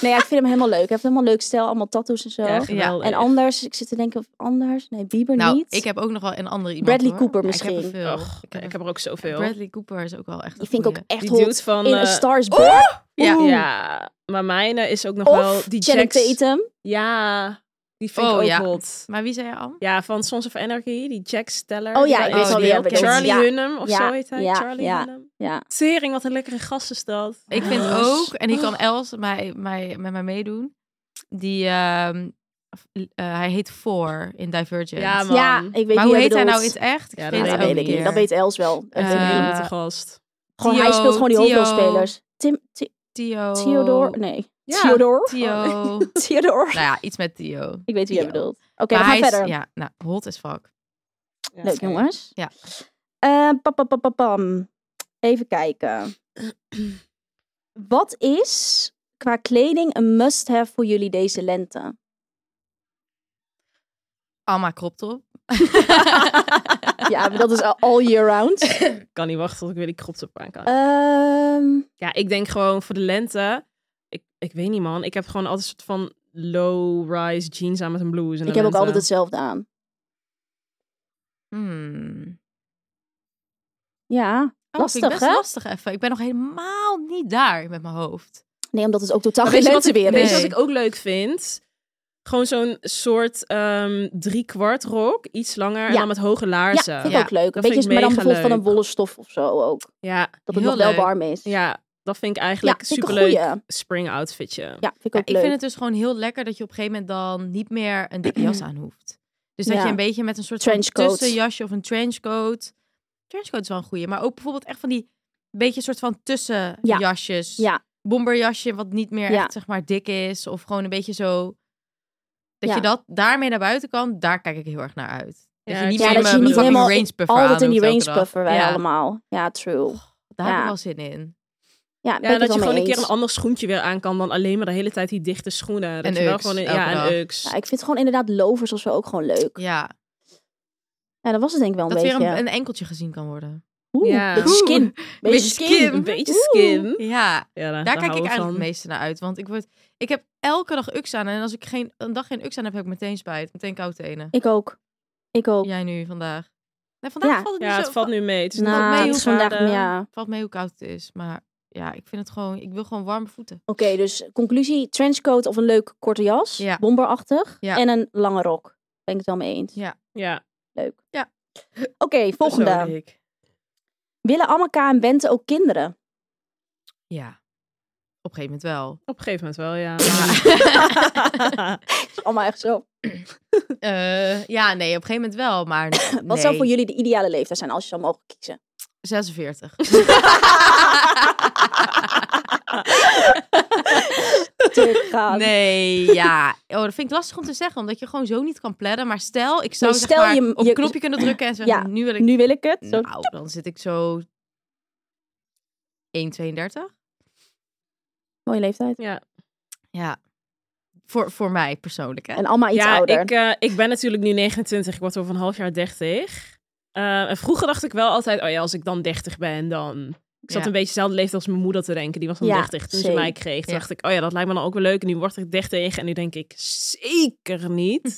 Nee, ja, ik vind hem helemaal leuk. Hij heeft helemaal leuk stijl, allemaal tattoos en zo. Ja, geweldig. en anders, ik zit te denken of anders. Nee, Bieber Nou, niet. ik heb ook nog wel een andere iemand. Bradley hoor. Cooper Ja, Ik misschien. heb er veel. Och, ik heb er er ook zoveel. Bradley Cooper is ook wel echt. die een vind ik ook goeie. echt Die hot. dude van... In A eh, Star is Born. Oh! Ja. Oeh. ja, maar mijne is ook nog wel... Of Die Channing Jax- Tatum. Ja, die vind ik Oh, ook ja. hot. Maar wie zei je al? Ja, van Sons of Anarchy, die Jack Steller. Oh ja, die ik daar weet is. alweer Die welke dat is. Charlie Ja. Hunnam of Ja, zo heet hij. ja, Charlie ja. Hunnam. Ja. Tering, wat een lekkere gast is dat. Ik vind Ah. ook, en hier kan Els mij, mij, met mij meedoen. Die, ehm, f- eh, hij heet Four in Divergent. Ja, man. Ja, ik weet maar wie hoe jij heet hij bedoelt. nou in het echt? Ik Ja, vind Ja, het dat ook weet ik niet. keer. Dat weet Els wel. Echt een Eh, hele nette gast. Gewoon, hij Theo, speelt gewoon die Theo. hoofdrolspelers. Tim, Ti- Theo. Theodore? Nee. Ja. Theodore? Theo. nou Theodore. ja, iets met Theo. Ik weet wie jij Theo. bedoelt. Oké, Maar we gaan hij is- verder. Ja, nou, hot as fuck. Ja. Leuk, jongens. Ja. Eh, pam, pam, pam, pam, pam. Even kijken. Wat is qua kleding een must-have voor jullie deze lente? Alma crop top. Ja, maar dat is al- all year round. Ik kan niet wachten tot ik weer die crop top aan Eh. kan. Ehm, Ja, ik denk gewoon voor de lente. Ik, ik weet niet, man. Ik heb gewoon altijd een soort van low-rise jeans aan met een blouse. in de ik heb ook lente. altijd hetzelfde aan. Hmm. Ja, Oh, vind ik Lastig, best hè? lastig even. Ik ben nog helemaal niet daar met mijn hoofd. nee, omdat het ook totaal Maar geen weet, je wat lente ik, weer weet is. je wat Nee. ik ook leuk vind? Gewoon zo'n soort ehm driekwart rok. Iets langer en Ja. dan met hoge Ja, laarzen. vind ik Ja, ook leuk. Een dat beetje, vind ik maar dan mega bijvoorbeeld van een leuk. wollen stof of zo ook. ja, Dat het Heel nog wel leuk. warm is. ja, dat vind ik Ja, eigenlijk vind ik een superleuk. goeie. Spring outfitje. Ja, vind ik Ja, ook ik leuk. vind het dus gewoon heel lekker dat je op een gegeven moment dan niet meer een dikke jas aan hoeft. Dus dat Ja. je een beetje met een soort van Trenchcoat. tussenjasje of een trenchcoat. Trenchcoat is wel een goeie, maar ook bijvoorbeeld echt van die beetje een soort van tussenjasjes. Ja, Bomberjasje wat niet meer Ja. echt zeg maar dik is of gewoon een beetje zo dat Ja. je dat daarmee naar buiten kan. Daar kijk ik heel erg naar uit. Dat Ja, je niet ja, meer dat mijn- je niet mijn fucking helemaal- range puffer aan altijd in die hoeft elke range dag. puffer wij ja, allemaal. Ja, true. Daar heb Ja. ik wel zin in. Ja, ben Ja, ik het dat wel mee je gewoon een keer eens. een ander schoentje weer aan kan dan alleen maar de hele tijd die dichte schoenen. Dat En je wel Uggs, gewoon een, elke ja, dag. en Uggs. Ja, ik vind gewoon inderdaad lovers of zo ook gewoon leuk. Ja, Ja, dat was het denk ik wel een dat weer beetje. een, een enkeltje gezien kan worden. Oeh, Ja. beetje skin. Beetje Beetje skin. skin. Een beetje Oeh. skin. Ja, Ja, daar, Daar hou kijk ik eigenlijk van. het meeste naar uit. Want ik, word, ik heb elke dag UX aan. En als ik geen, een dag geen UX aan heb, heb ik meteen spijt. Meteen koud tenen. Ik ook. Ik ook. Jij nu, vandaag. Nee, vandaag Ja. valt het Ja, niet zo. het valt nu mee. Het is Nou, nog mee het hoe is vandaag, graden. ja. Oké, valt mee hoe koud het is. Maar ja, ik vind het gewoon... Ik wil gewoon warme voeten. dus conclusie. Trenchcoat of een leuk korte jas. Ja. Bomberachtig. Ja. En een lange rok. Ben ik het wel mee eens. Ja. Ja. Leuk. Ja. Oké, volgende. Persoonlijk. Willen Amaka en Bente ook kinderen? Ja. Op een gegeven moment wel. Op een gegeven moment wel, ja. Ja. Is Allemaal echt zo. Eh, ja, nee, op een gegeven moment wel. Maar Wat zou voor jullie de ideale leeftijd zijn als je zou mogen kiezen? 46. Te gaan. Nee, ja. Oh, dat vind ik lastig om te zeggen, omdat je gewoon zo niet kan plannen. Maar stel, ik zou Nee, zeg stel maar, je- op je- een knopje kunnen drukken en zeggen, Ja, nu wil ik... Nu wil ik het. Zo. Nou, dan zit ik zo... 1,32? Mooie leeftijd. ja. Ja. Voor, voor mij persoonlijk, hè? En allemaal iets ja, ouder. Ik, eh, ik ben natuurlijk nu 29, ik word over een half jaar 30. Eh, en vroeger dacht ik wel altijd, oh ja, als ik dan 30 ben, dan... Ik zat Ja. een beetje dezelfde leeftijd als mijn moeder te denken. Die was dan Ja, 30 toen ze same. mij kreeg. Toen Ja. dacht ik, oh ja, dat lijkt me dan ook wel leuk. En nu word ik 30 en nu denk ik, zeker niet.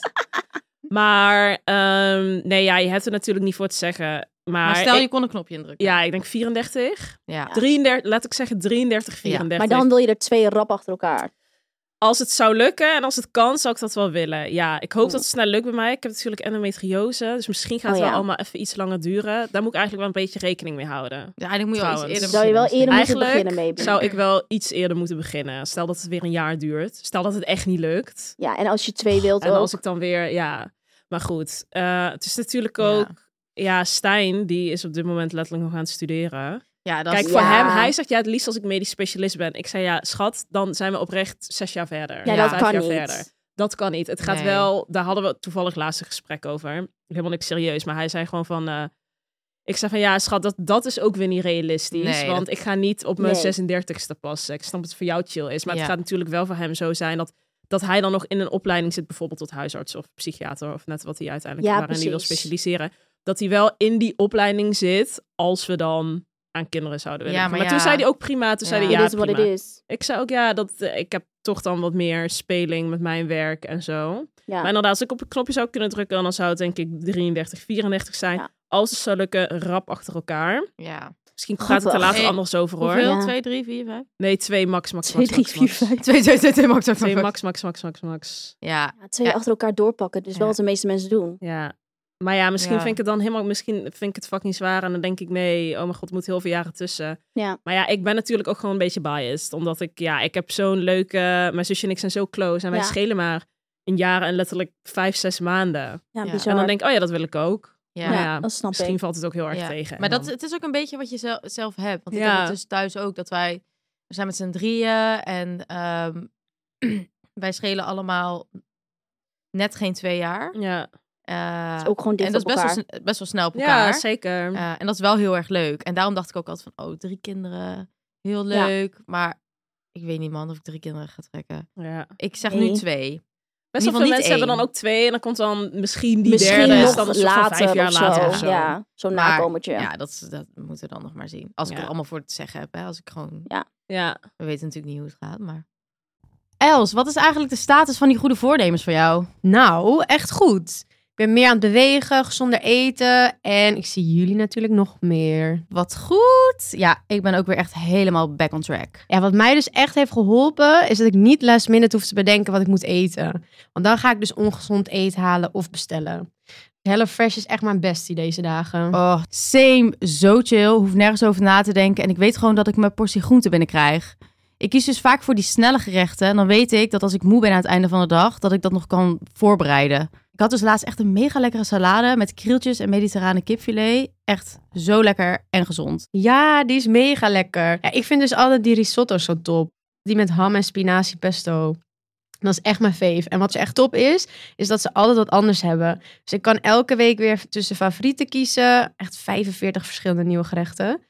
maar ehm, nee, ja, je hebt het natuurlijk niet voor te zeggen. Maar, maar stel, ik- je kon een knopje indrukken. ja, ik denk 34. Ja. 33, laat ik zeggen 33, 34. Maar dan wil je er twee rap achter elkaar. als het zou lukken en als het kan, zou ik dat wel willen. Ja, ik hoop dat het snel lukt bij mij. Ik heb natuurlijk endometriose, dus misschien gaat het Oh, wel ja. allemaal even iets langer duren. Daar moet ik eigenlijk wel een beetje rekening mee houden. Ja, dan moet je wel iets Trouwens. eerder Zou je wel beginnen eerder moeten Eigenlijk beginnen mee. Zou ik wel iets eerder moeten beginnen? Stel dat het weer een jaar duurt. Stel dat het echt niet lukt. Ja, en als je twee wilt En ook. als ik dan weer, ja. Maar goed, eh, het is natuurlijk ook. Ja. Stijn, die is op dit moment letterlijk nog aan het studeren. misschien. Ja, dat Kijk, is- voor ja. hem, hij zegt ja, het liefst als ik medisch specialist ben. Ik zei ja, schat, dan zijn we oprecht zes jaar verder. Ja, Ja, dat vijf kan jaar niet. verder. Dat kan niet. Het gaat Nee. wel, daar hadden we toevallig laatst een gesprek over. Helemaal niks serieus, maar hij zei gewoon van... eh, Ik zei van ja, schat, dat, dat is ook weer niet realistisch. Nee, want ik ga niet op mijn Nee. 36ste passen. Ik snap dat het voor jou chill is. Maar Ja. het gaat natuurlijk wel voor hem zo zijn dat, dat hij dan nog in een opleiding zit, bijvoorbeeld tot huisarts of psychiater. Of net wat hij uiteindelijk Ja, waarin hij wil precies. specialiseren. Dat hij wel in die opleiding zit als we dan aan kinderen zouden willen. Ja, beginnen. maar toen ja. zei hij ook prima. Toen Ja. zei hij It ja, is what it prima. is. Ik zei ook ja, dat, eh, ik heb toch dan wat meer speling met mijn werk en zo. Ja. Maar inderdaad, als ik op het knopje zou kunnen drukken, dan zou het denk ik 33, 34 zijn. Ja. Als het zou lukken, rap achter elkaar. Ja. Misschien praat ik er Grappig. later Hey, anders over hoor. Hoeveel? Ja. Twee, drie, vier, vijf? Nee, twee max, max, 2, max, 3, max, 4, max. 5. Twee, twee, twee, twee, max, max, Twee max. max, max, max, max, max. Ja. Ja, twee Ja. achter elkaar doorpakken. Dus Ja. wel wat de meeste mensen doen. Ja. Maar ja, misschien Ja. vind ik het dan helemaal, misschien vind ik het fucking zwaar. En dan denk ik, nee, oh mijn god, er moet heel veel jaren tussen. Ja. Maar ja, ik ben natuurlijk ook gewoon een beetje biased. Omdat ik, ja, ik heb zo'n leuke, mijn zusje en ik zijn zo close. En wij Ja. schelen maar in jaren en letterlijk vijf, zes maanden. Ja, Ja. bizar. En dan denk ik, oh ja, dat wil ik ook. Ja. ja, maar ja, dat snap Misschien ik. valt het ook heel erg Ja. tegen. Maar En dat, dan- het is ook een beetje wat je zelf, zelf hebt. Want ik Ja. heb het dus thuis ook dat wij... We zijn met z'n drieën en ehm, wij schelen allemaal net geen twee jaar. ja. Eh, Ook gewoon dicht en dat is op best wel, elkaar. sn- best wel snel op elkaar. ja, zeker. Hm. Eh, en dat is wel heel erg leuk. En daarom dacht ik ook altijd van, oh, drie kinderen, heel Ja. leuk. Maar ik weet niet, man, of ik drie kinderen ga trekken. Ja. Ik zeg Nee. nu twee. Best wel ieder geval veel niet mensen hebben dan één. ook twee en dan komt dan misschien die Misschien derde nog is dan een soort van later vijf jaar of zo. later of zo. Ja, zo'n Maar- nakomertje. Ja, dat, is- dat moeten we dan nog maar zien. Als ik Ja. er allemaal voor te zeggen heb, hè. Als ik gewoon... Ja. We weten natuurlijk niet hoe het gaat, maar... Els, wat is eigenlijk de status van die goede voornemens voor jou? Nou, echt goed. Ik ben meer aan het bewegen, gezonder eten. En ik zie jullie natuurlijk nog meer. Wat goed. Ja, ik ben ook weer echt helemaal back on track. Ja, wat mij dus echt heeft geholpen, is dat ik niet last minute hoef te bedenken wat ik moet eten. Want dan ga ik dus ongezond eten halen of bestellen. HelloFresh is echt mijn bestie deze dagen. Oh, same. Zo chill. Hoef nergens over na te denken. En ik weet gewoon dat ik mijn portie groente binnenkrijg. Ik kies dus vaak voor die snelle gerechten. En dan weet ik dat als ik moe ben aan het einde van de dag, dat ik dat nog kan voorbereiden. Ik had dus laatst echt een mega lekkere salade met krieltjes en mediterrane kipfilet. Echt zo lekker en gezond. Ja, die is mega lekker. Ja, ik vind dus altijd die risotto zo top. Die met ham en spinazie pesto. Dat is echt mijn fave. En wat ze echt top is, is dat ze altijd wat anders hebben. Dus ik kan elke week weer tussen favorieten kiezen. Echt 45 verschillende nieuwe gerechten.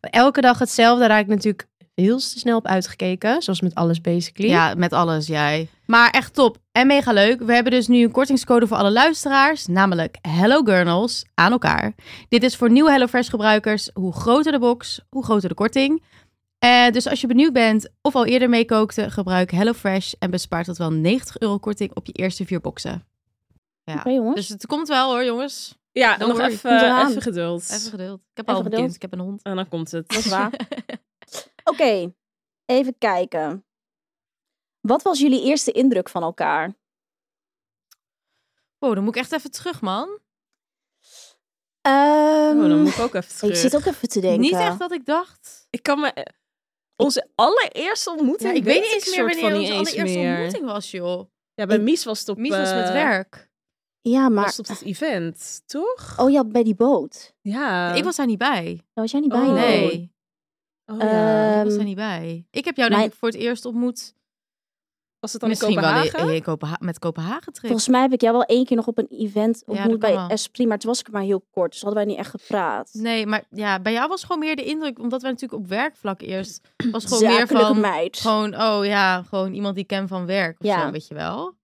Elke dag hetzelfde raak ik natuurlijk heel te snel op uitgekeken. Zoals met alles basically. Ja, met alles, jij. Maar echt top en mega leuk. We hebben dus nu een kortingscode voor alle luisteraars, namelijk Hello Gurnals aan elkaar. Dit is voor nieuwe HelloFresh gebruikers. Hoe groter de box, hoe groter de korting. Eh, dus als je benieuwd bent of al eerder meekookte, gebruik HelloFresh en bespaart tot wel 90 euro korting op je eerste vier boxen. Ja. Oké, jongens. Dus het komt wel hoor, jongens. Ja, Don't nog worry. even, Komt eraan. even geduld. Even geduld. Ik heb Even al een geduld. kind, ik heb een hond. En dan komt het. Dat is waar. Oké, even kijken. Wat was jullie eerste indruk van elkaar? Wow, dan moet ik echt even terug, man. Oh, dan Ehm, moet ik ook even terug. ik zit ook even te denken. Niet echt dat ik dacht. Ik kan me... eh, Onze allereerste ontmoeting... Ja, ik weet niet ik eens meer soort wanneer van onze niet eens allereerste meer. ontmoeting was, joh. Ja, bij Ik- Mies was het op... Mies was met eh, werk. Ja, maar... Was op het event, toch? Oh ja, bij die boot. Ja. Ik was daar niet bij. Daar was jij niet bij. Oh. nee, Oh, ja. ik was Ehm, daar niet bij. Ik heb jou denk mijn- ik voor het eerst ontmoet. was het dan in misschien Kopenhagen? wel in, in Kopenha- met Kopenhagen trip. Volgens mij heb ik jou wel één keer nog op een event dat ontmoet kan bij wel. Esprit, maar toen was ik er maar heel kort, dus hadden wij niet echt gepraat. Nee, maar ja, bij jou was gewoon meer de indruk, omdat wij natuurlijk op werkvlak eerst was gewoon meer Zakelijke van meid. gewoon oh ja, gewoon iemand die ik ken van werk of Ja. zo, weet je wel?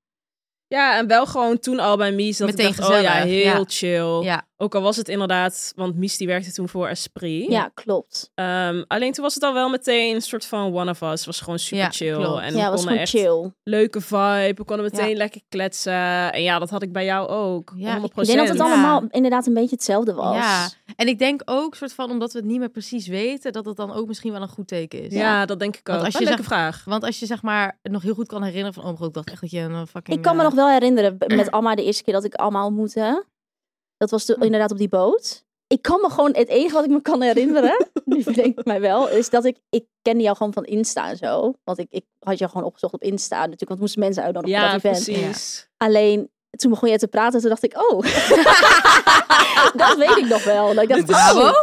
Ja, en wel gewoon toen al bij Mies. Dat Meteen ik dacht, oh ja, gezellig, heel ja. Oh. chill. Ja, Ook al was het inderdaad, want Mies die werkte toen voor Esprit. Ja, klopt. Ehm, alleen toen was het al wel meteen een soort van one of us. Was gewoon super Ja, chill. klopt. En ja, we was konden gewoon echt chill. leuke vibe. We konden meteen Ja. lekker kletsen. En ja, dat had ik bij jou ook. Ja, 100%. Ik denk dat het Ja. allemaal inderdaad een beetje hetzelfde was. ja. En ik denk ook soort van omdat we het niet meer precies weten, dat het dan ook misschien wel een goed teken is. Ja, dat denk ik ook. Want als Wel je leuke vraag. Want als je zeg maar nog heel goed kan herinneren van oh, mijn god, ik dacht echt dat je een fucking Ik kan me eh, nog wel herinneren, b- met Alma de eerste keer dat ik Alma ontmoette. Dat was Hm. de, inderdaad op die boot. Ik kan me gewoon, het enige wat ik me kan herinneren, nu bedenk ik mij wel, is dat ik, ik kende jou gewoon van Insta en zo. Want ik, ik had jou gewoon opgezocht op Insta natuurlijk, want moesten mensen uitnodigen voor Ja, dat event. precies. Alleen, toen begon jij te praten, toen dacht ik, oh. dat weet ik nog wel. Dat ik dacht, Dit is- oh,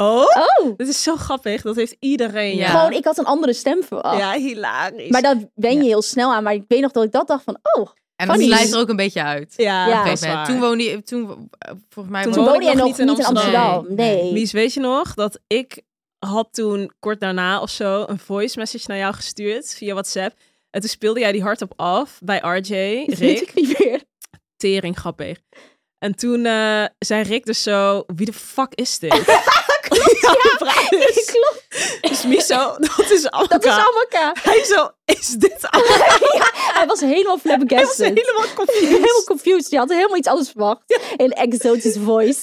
Oh, oh. dit is zo grappig. Dat heeft iedereen. Ja. Ja, Gewoon, ik had een andere stem verwacht. ja hilarisch. Maar daar ben je heel snel aan. Maar ik weet nog dat ik dat dacht van, oh, En dat Funnies. slijt er ook een beetje uit. Ja. Ja, Op een dat gegeven is waar. moment. Toen woonde je, toen, eh, volgens mij Toen Toen woonde- woonde jij nog niet in Amsterdam. Amsterdam. Nee. Lies, weet je nog dat ik had toen kort daarna of zo een voice message naar jou gestuurd via WhatsApp. En toen speelde jij die hardop af bij RJ, Dat weet Rick. ik niet meer. Tering grappig. En toen eh, zei Rick dus zo, wie de fuck is dit? Klopt, Klopt, Dus Miso, dat is Anka. dat is Amaka. Hij zo, is dit Anka? Hij was helemaal Hij was flabbergasted. helemaal confused. Helemaal confused. Je had helemaal iets anders verwacht. Een exotisch voice.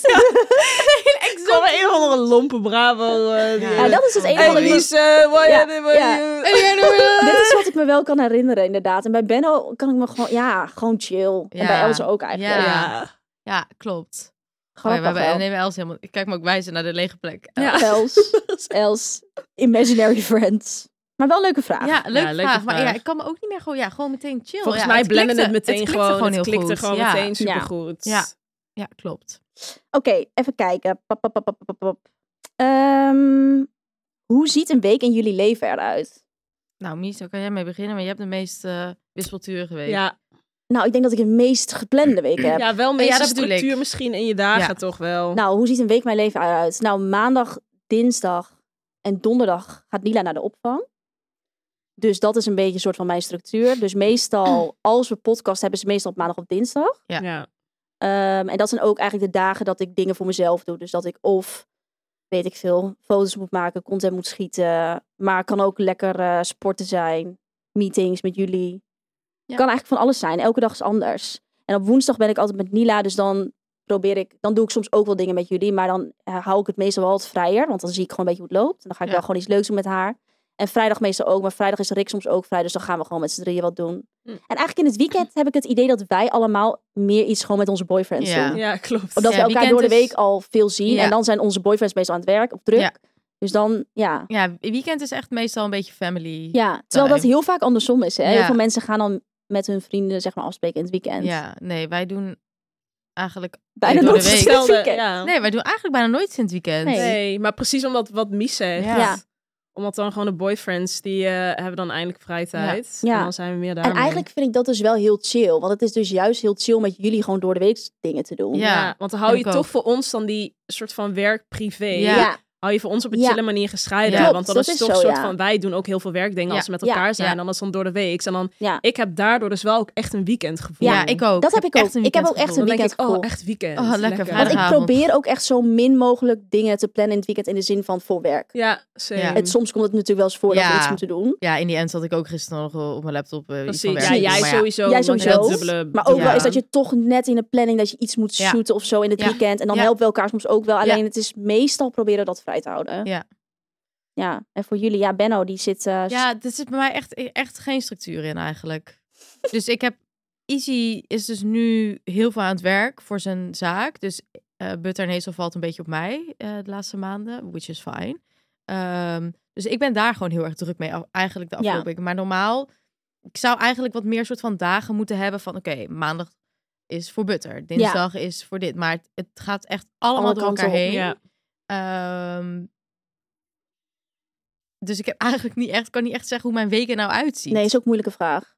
Ik kwam een of andere lompe Bravo. eh, die- Ja. Ja, dat is het enige Hey, wat ik me- Lies, eh, wat Ja, je- wat ja. je- Dit is wat ik me wel kan herinneren, inderdaad. En bij Benno kan ik me gewoon, ja, gewoon chill. En Ja. bij Els ook eigenlijk. Ja. Ja. Ja, klopt. Oh, ja, Grappig we hebben, wel. we nemen Els helemaal... Ik kijk me ook wijzen naar de lege plek. Ja. Els, Els, imaginary friends. Maar wel een leuke vraag. Ja, leuke Ja, leuke vraag. Maar ja, vraag. ik kan me ook niet meer gewoon, ja, gewoon meteen chill. Volgens Ja, mij het blenden het klikte- meteen klikte gewoon. gewoon het heel klikte goed. gewoon ja. meteen supergoed. Ja. Ja, klopt. Oké, even kijken. Pap, pap, pap, pap, pap, pap. Ehm, hoe ziet een week in jullie leven eruit? Nou, Mies, daar kan jij mee beginnen, maar je hebt de meest eh wispelturige week. Ja, Nou, ik denk dat ik de meest geplande week heb. ja, wel meer Ja, dat bedoel structuur ik. misschien in je dagen Ja. toch wel. Nou, hoe ziet een week mijn leven eruit? Nou, maandag, dinsdag en donderdag gaat Nila naar de opvang. Dus dat is een beetje een soort van mijn structuur. Dus meestal, als we podcast hebben, is het meestal op maandag of dinsdag. ja. ja. Ehm, en dat zijn ook eigenlijk de dagen dat ik dingen voor mezelf doe. Dus dat ik of, weet ik veel, foto's moet maken, content moet schieten. Maar kan ook lekker eh, sporten zijn, meetings met jullie. Ja. Kan eigenlijk van alles zijn. Elke dag is anders. En op woensdag ben ik altijd met Nila, dus dan probeer ik, dan doe ik soms ook wel dingen met jullie. Maar dan eh, hou ik het meestal wel wat vrijer, want dan zie ik gewoon een beetje hoe het loopt. En dan ga ik Ja. wel gewoon iets leuks doen met haar. En vrijdag meestal ook, maar vrijdag is Rick soms ook vrij, dus dan gaan we gewoon met z'n drieën wat doen. Hm. En eigenlijk in het weekend heb ik het idee dat wij allemaal meer iets gewoon met onze boyfriends Ja. doen. ja, klopt. Omdat Ja, we elkaar weekend door de is- week al veel zien. Ja. En dan zijn onze boyfriends meestal aan het werk of druk. Ja. Dus dan, ja. Ja, weekend is echt meestal een beetje family. ja. Terwijl dat heel vaak andersom is. Hè? Ja. Heel veel mensen gaan dan met hun vrienden zeg maar, afspreken in het weekend. Ja, nee, wij doen eigenlijk... Bijna door de nooit week. in het Stelde- weekend. ja. Nee. Nee, wij doen eigenlijk bijna nooit iets in het weekend. Nee. maar precies omdat wat Mies zegt. Ja. Ja. Omdat dan gewoon de boyfriends, die eh, hebben dan eindelijk vrije tijd. Ja. En dan zijn we meer daar. En eigenlijk vind ik dat dus wel heel chill. Want het is dus juist heel chill met jullie gewoon door de week dingen te doen. Ja. Ja, want dan hou je vind ik toch ook. voor ons dan die soort van werk-privé. Ja. Hou je voor ons op een Ja. chille manier gescheiden. Ja. Klopt, want dan dat is het is toch een zo, soort ja. van... Wij doen ook heel veel werkdingen Ja. als we met Ja. elkaar zijn. Ja. En anders dan door de week. En dan... Ja. Ik heb daardoor dus wel ook echt een weekendgevoel. Ja, ik ook. Dat heb ik ook. echt een Ik heb ook echt weekendgevoel. een Dan denk ik, weekendgevoel. oh, echt weekend. Oh, lekker, Want ik Vrijdagavond. probeer ook echt zo min mogelijk dingen te plannen in het weekend in de zin van voor werk. Ja, same. Ja. Het, soms komt het natuurlijk wel eens voor dat we Ja. iets moeten doen. Ja, in die end zat ik ook gisteren nog wel op mijn laptop eh, iets Precies. van werk. Ja, te doen, jij maar ja. sowieso. Jij want je sowieso. hebt dubbele- Maar ook Ja. wel is dat je toch net in de planning dat je iets moet Ja. shooten of zo in het Ja. weekend. En dan Ja. helpen we elkaar soms ook wel. Alleen Ja. het is meestal proberen dat vrij te houden. Ja. Ja, en voor jullie, ja, Benno, die zit... eh, s- Ja, er zit bij mij echt, e-, echt geen structuur in eigenlijk. Dus ik heb... Easy is dus nu heel veel aan het werk voor zijn zaak. Dus eh Butter en Hazel valt een beetje op mij eh, de laatste maanden. Which is fine. Ehm, dus ik ben daar gewoon heel erg druk mee. af- Eigenlijk de afgelopen weken. Maar normaal... Ik zou eigenlijk wat meer soort van dagen moeten hebben van... Oké, maandag is voor Butter. Dinsdag is voor dit. Maar het, het gaat echt allemaal Alle door elkaar kanten op. heen. Ja. Ehm, dus ik heb eigenlijk niet echt, kan niet echt zeggen hoe mijn week er nou uitziet. Nee, is ook een moeilijke vraag.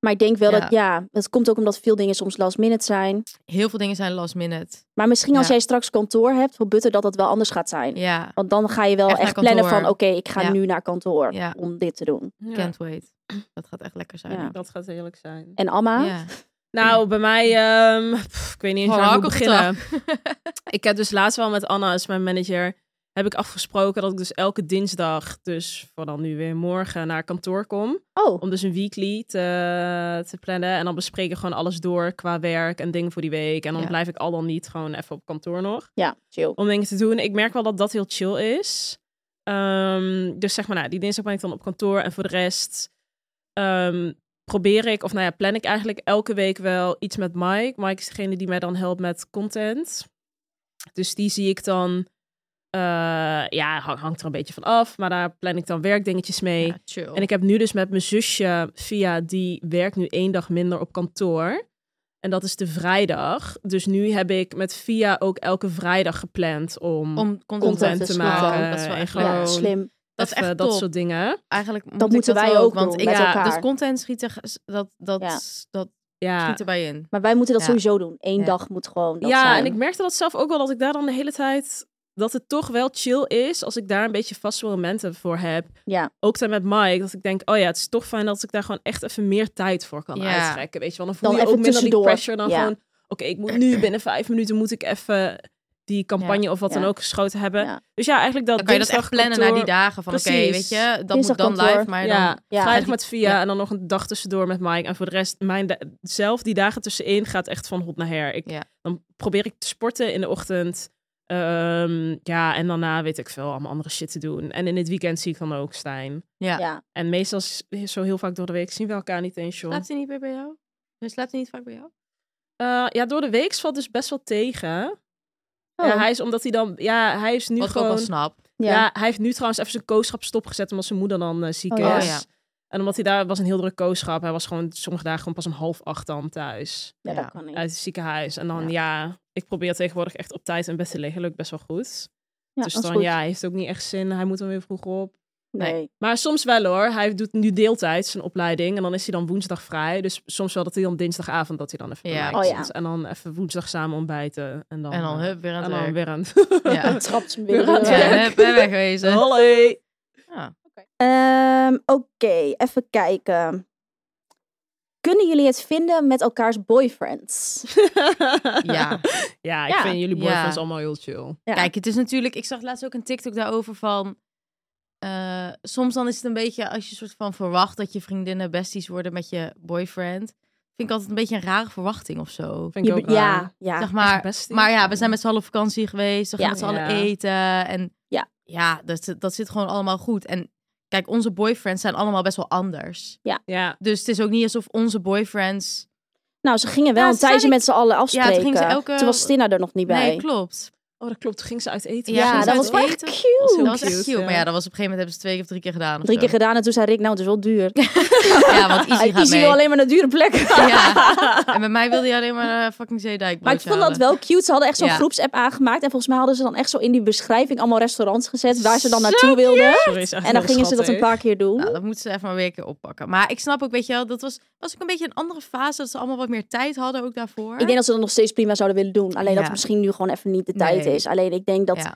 Maar ik denk wel Ja. dat, ja, dat komt ook omdat veel dingen soms last minute zijn. Heel veel dingen zijn last minute. Maar misschien als Ja. jij straks kantoor hebt voor Butter, dat dat wel anders gaat zijn. Ja, Want dan ga je wel Echt echt, naar plannen van, kantoor. oké, ik ga Ja. nu naar kantoor Ja. om dit te doen. Ja, can't wait. Dat gaat echt lekker zijn. Ja. Ja. Dat gaat heerlijk zijn. En Amma? Ja. Nou, bij mij, ehm, pff, ik weet niet eens waar ik moet beginnen. Ik heb dus laatst wel met Anna, is mijn manager, heb ik afgesproken dat ik dus elke dinsdag, dus voor dan nu weer morgen, naar kantoor kom. Oh, Om dus een weekly te, te plannen. En dan bespreken we gewoon alles door qua werk en dingen voor die week. En dan Ja. blijf ik al dan niet gewoon even op kantoor nog. ja, chill. om dingen te doen. Ik merk wel dat dat heel chill is. Ehm, dus zeg maar, nou, die dinsdag ben ik dan op kantoor. En voor de rest ehm, probeer ik, of nou ja, plan ik eigenlijk elke week wel iets met Mike. Mike is degene die mij dan helpt met content. Dus die zie ik dan, eh, ja, hang- hangt er een beetje van af. Maar daar plan ik dan werkdingetjes mee. Ja, chill. En ik heb nu dus met mijn zusje via die werkt nu één dag minder op kantoor. En dat is de vrijdag. Dus nu heb ik met Via ook elke vrijdag gepland om, Om content, content te te maken. maken. Dat is wel en echt gewoon Ja, slim. Dat is even echt dat top. soort dingen. Eigenlijk moet Dat ik moeten wij ook want doen, ik met ja, elkaar. dus content schieten, dat dat Ja. dat Ja, Schiet erbij in. Maar wij moeten dat Ja. sowieso doen. Eén Ja. dag moet gewoon dat ja zijn. en ik merkte dat zelf ook wel, dat ik daar dan de hele tijd... Dat het toch wel chill is als ik daar een beetje vaste momenten voor heb. Ja. Ook dan met Mike, dat ik denk, oh ja, het is toch fijn dat ik daar gewoon echt even meer tijd voor kan Ja. uittrekken. Weet je wel, dan voel Dan je ook even mensen die tussendoor. pressure dan Ja. gewoon... Oké, ik moet nu binnen vijf minuten moet ik even die campagne of wat Ja. dan ook geschoten hebben. Ja. Dus ja, eigenlijk dat Dan kan je dat echt dinsdag plannen naar die kantoor- dagen. Van oké, Precies. weet je, dat moet Dinsdag dan kantoor. live, maar dan... Ja, Ja. vrijdag die- met Via ja. en dan nog een dag tussendoor met Mike. En voor de rest, mijn da- zelf die dagen tussenin gaat echt van hot naar her. Ik, Ja. Dan probeer ik te sporten in de ochtend. Ehm, ja, en daarna weet ik veel, allemaal andere shit te doen. En in het weekend zie ik dan ook Stijn. Ja. Ja. En meestal, is- zo heel vaak door de week, zien we elkaar niet eens, joh. Slaapt hij niet meer bij jou? Hij slaapt hij niet vaak bij jou? Eh, ja, door de week valt dus best wel tegen. Oh. Ja, hij is omdat hij dan, ja, hij is nu Wat ik ook gewoon... wel snap. Ja. Ja. hij heeft nu trouwens even zijn kooschap stopgezet omdat zijn moeder dan eh, ziek Oh, ja. is. Oh, ja. En omdat hij daar was een heel druk kooschap. Hij was gewoon sommige dagen gewoon pas om half acht dan thuis Ja, Ja. dat kan niet. uit het ziekenhuis. En dan ja. ik probeer tegenwoordig echt op tijd in bed te liggen. Lukt best wel goed. Ja, dus dat is dan goed. ja, hij heeft ook niet echt zin. Hij moet dan weer vroeg op. Nee. Maar soms wel hoor. Hij doet nu deeltijd zijn opleiding en dan is hij dan woensdag vrij. Dus soms wel dat hij dan dinsdagavond dat hij dan even bij Ja. mij Oh, ja. komt. En dan even woensdag samen ontbijten en dan En dan eh, hup, weer en aan het dan werk. weer aan. Ja. Het trapt hem weer. Ja. door. Ja, hup, en Dus, eh, wegwezen. Hallo. Ja. Ehm, Oké, even kijken. Kunnen jullie het vinden met elkaars boyfriends? Ja. ja, ik Ja. vind jullie Ja. boyfriends allemaal heel chill. Ja. Kijk, het is natuurlijk... Ik zag laatst ook een TikTok daarover van... eh, soms dan is het een beetje als je soort van verwacht dat je vriendinnen besties worden met je boyfriend. Vind ik altijd een beetje een rare verwachting of zo. Vind ik Je ook be- ja, Zeg ja. maar, bestie. maar ja, we zijn met z'n allen op vakantie geweest. We gaan Ja. met z'n allen Ja. eten. En Ja. ja dat, zit- dat zit gewoon allemaal goed. En kijk, onze boyfriends zijn allemaal best wel anders. Ja. Dus het is ook niet alsof onze boyfriends... Nou, ze gingen wel Ja, een ze zijn tijdje ik- met z'n allen gingen afspreken. ze toen, elke- was Stina er nog niet bij. Nee, klopt. Oh, dat klopt. Toen ging ze uit eten. Ja, ja, gingen ze dat uit was wel echt eten. was heel cute. Dat was echt cute, cute. ja. Maar ja, dat was op een gegeven moment hebben ze twee keer of drie keer gedaan. of Drie zo. keer gedaan en toen zei Rick, nou, het is wel duur. Ja, want Izzy gaat Izzy mee. wil alleen maar naar dure plekken. Ja. En bij mij wilde hij alleen maar eh, fucking Zeedijk. Maar ik vond dat wel cute. Ze hadden echt zo'n Ja. groepsapp aangemaakt. En volgens mij hadden ze dan echt zo in die beschrijving allemaal restaurants gezet waar ze dan Zo naartoe wilden. Sorry, is echt En dan wel gingen ze dat een schattig. paar keer doen. Nou, dat moeten ze even maar weer een keer oppakken. Maar ik snap ook, weet je wel, dat was, was ook een beetje een andere fase. Dat ze allemaal wat meer tijd hadden ook daarvoor. Ik denk dat ze dat nog steeds prima zouden willen doen. Alleen dat Ja. het misschien nu gewoon even niet de tijd Nee. is. Alleen ik denk dat, ja.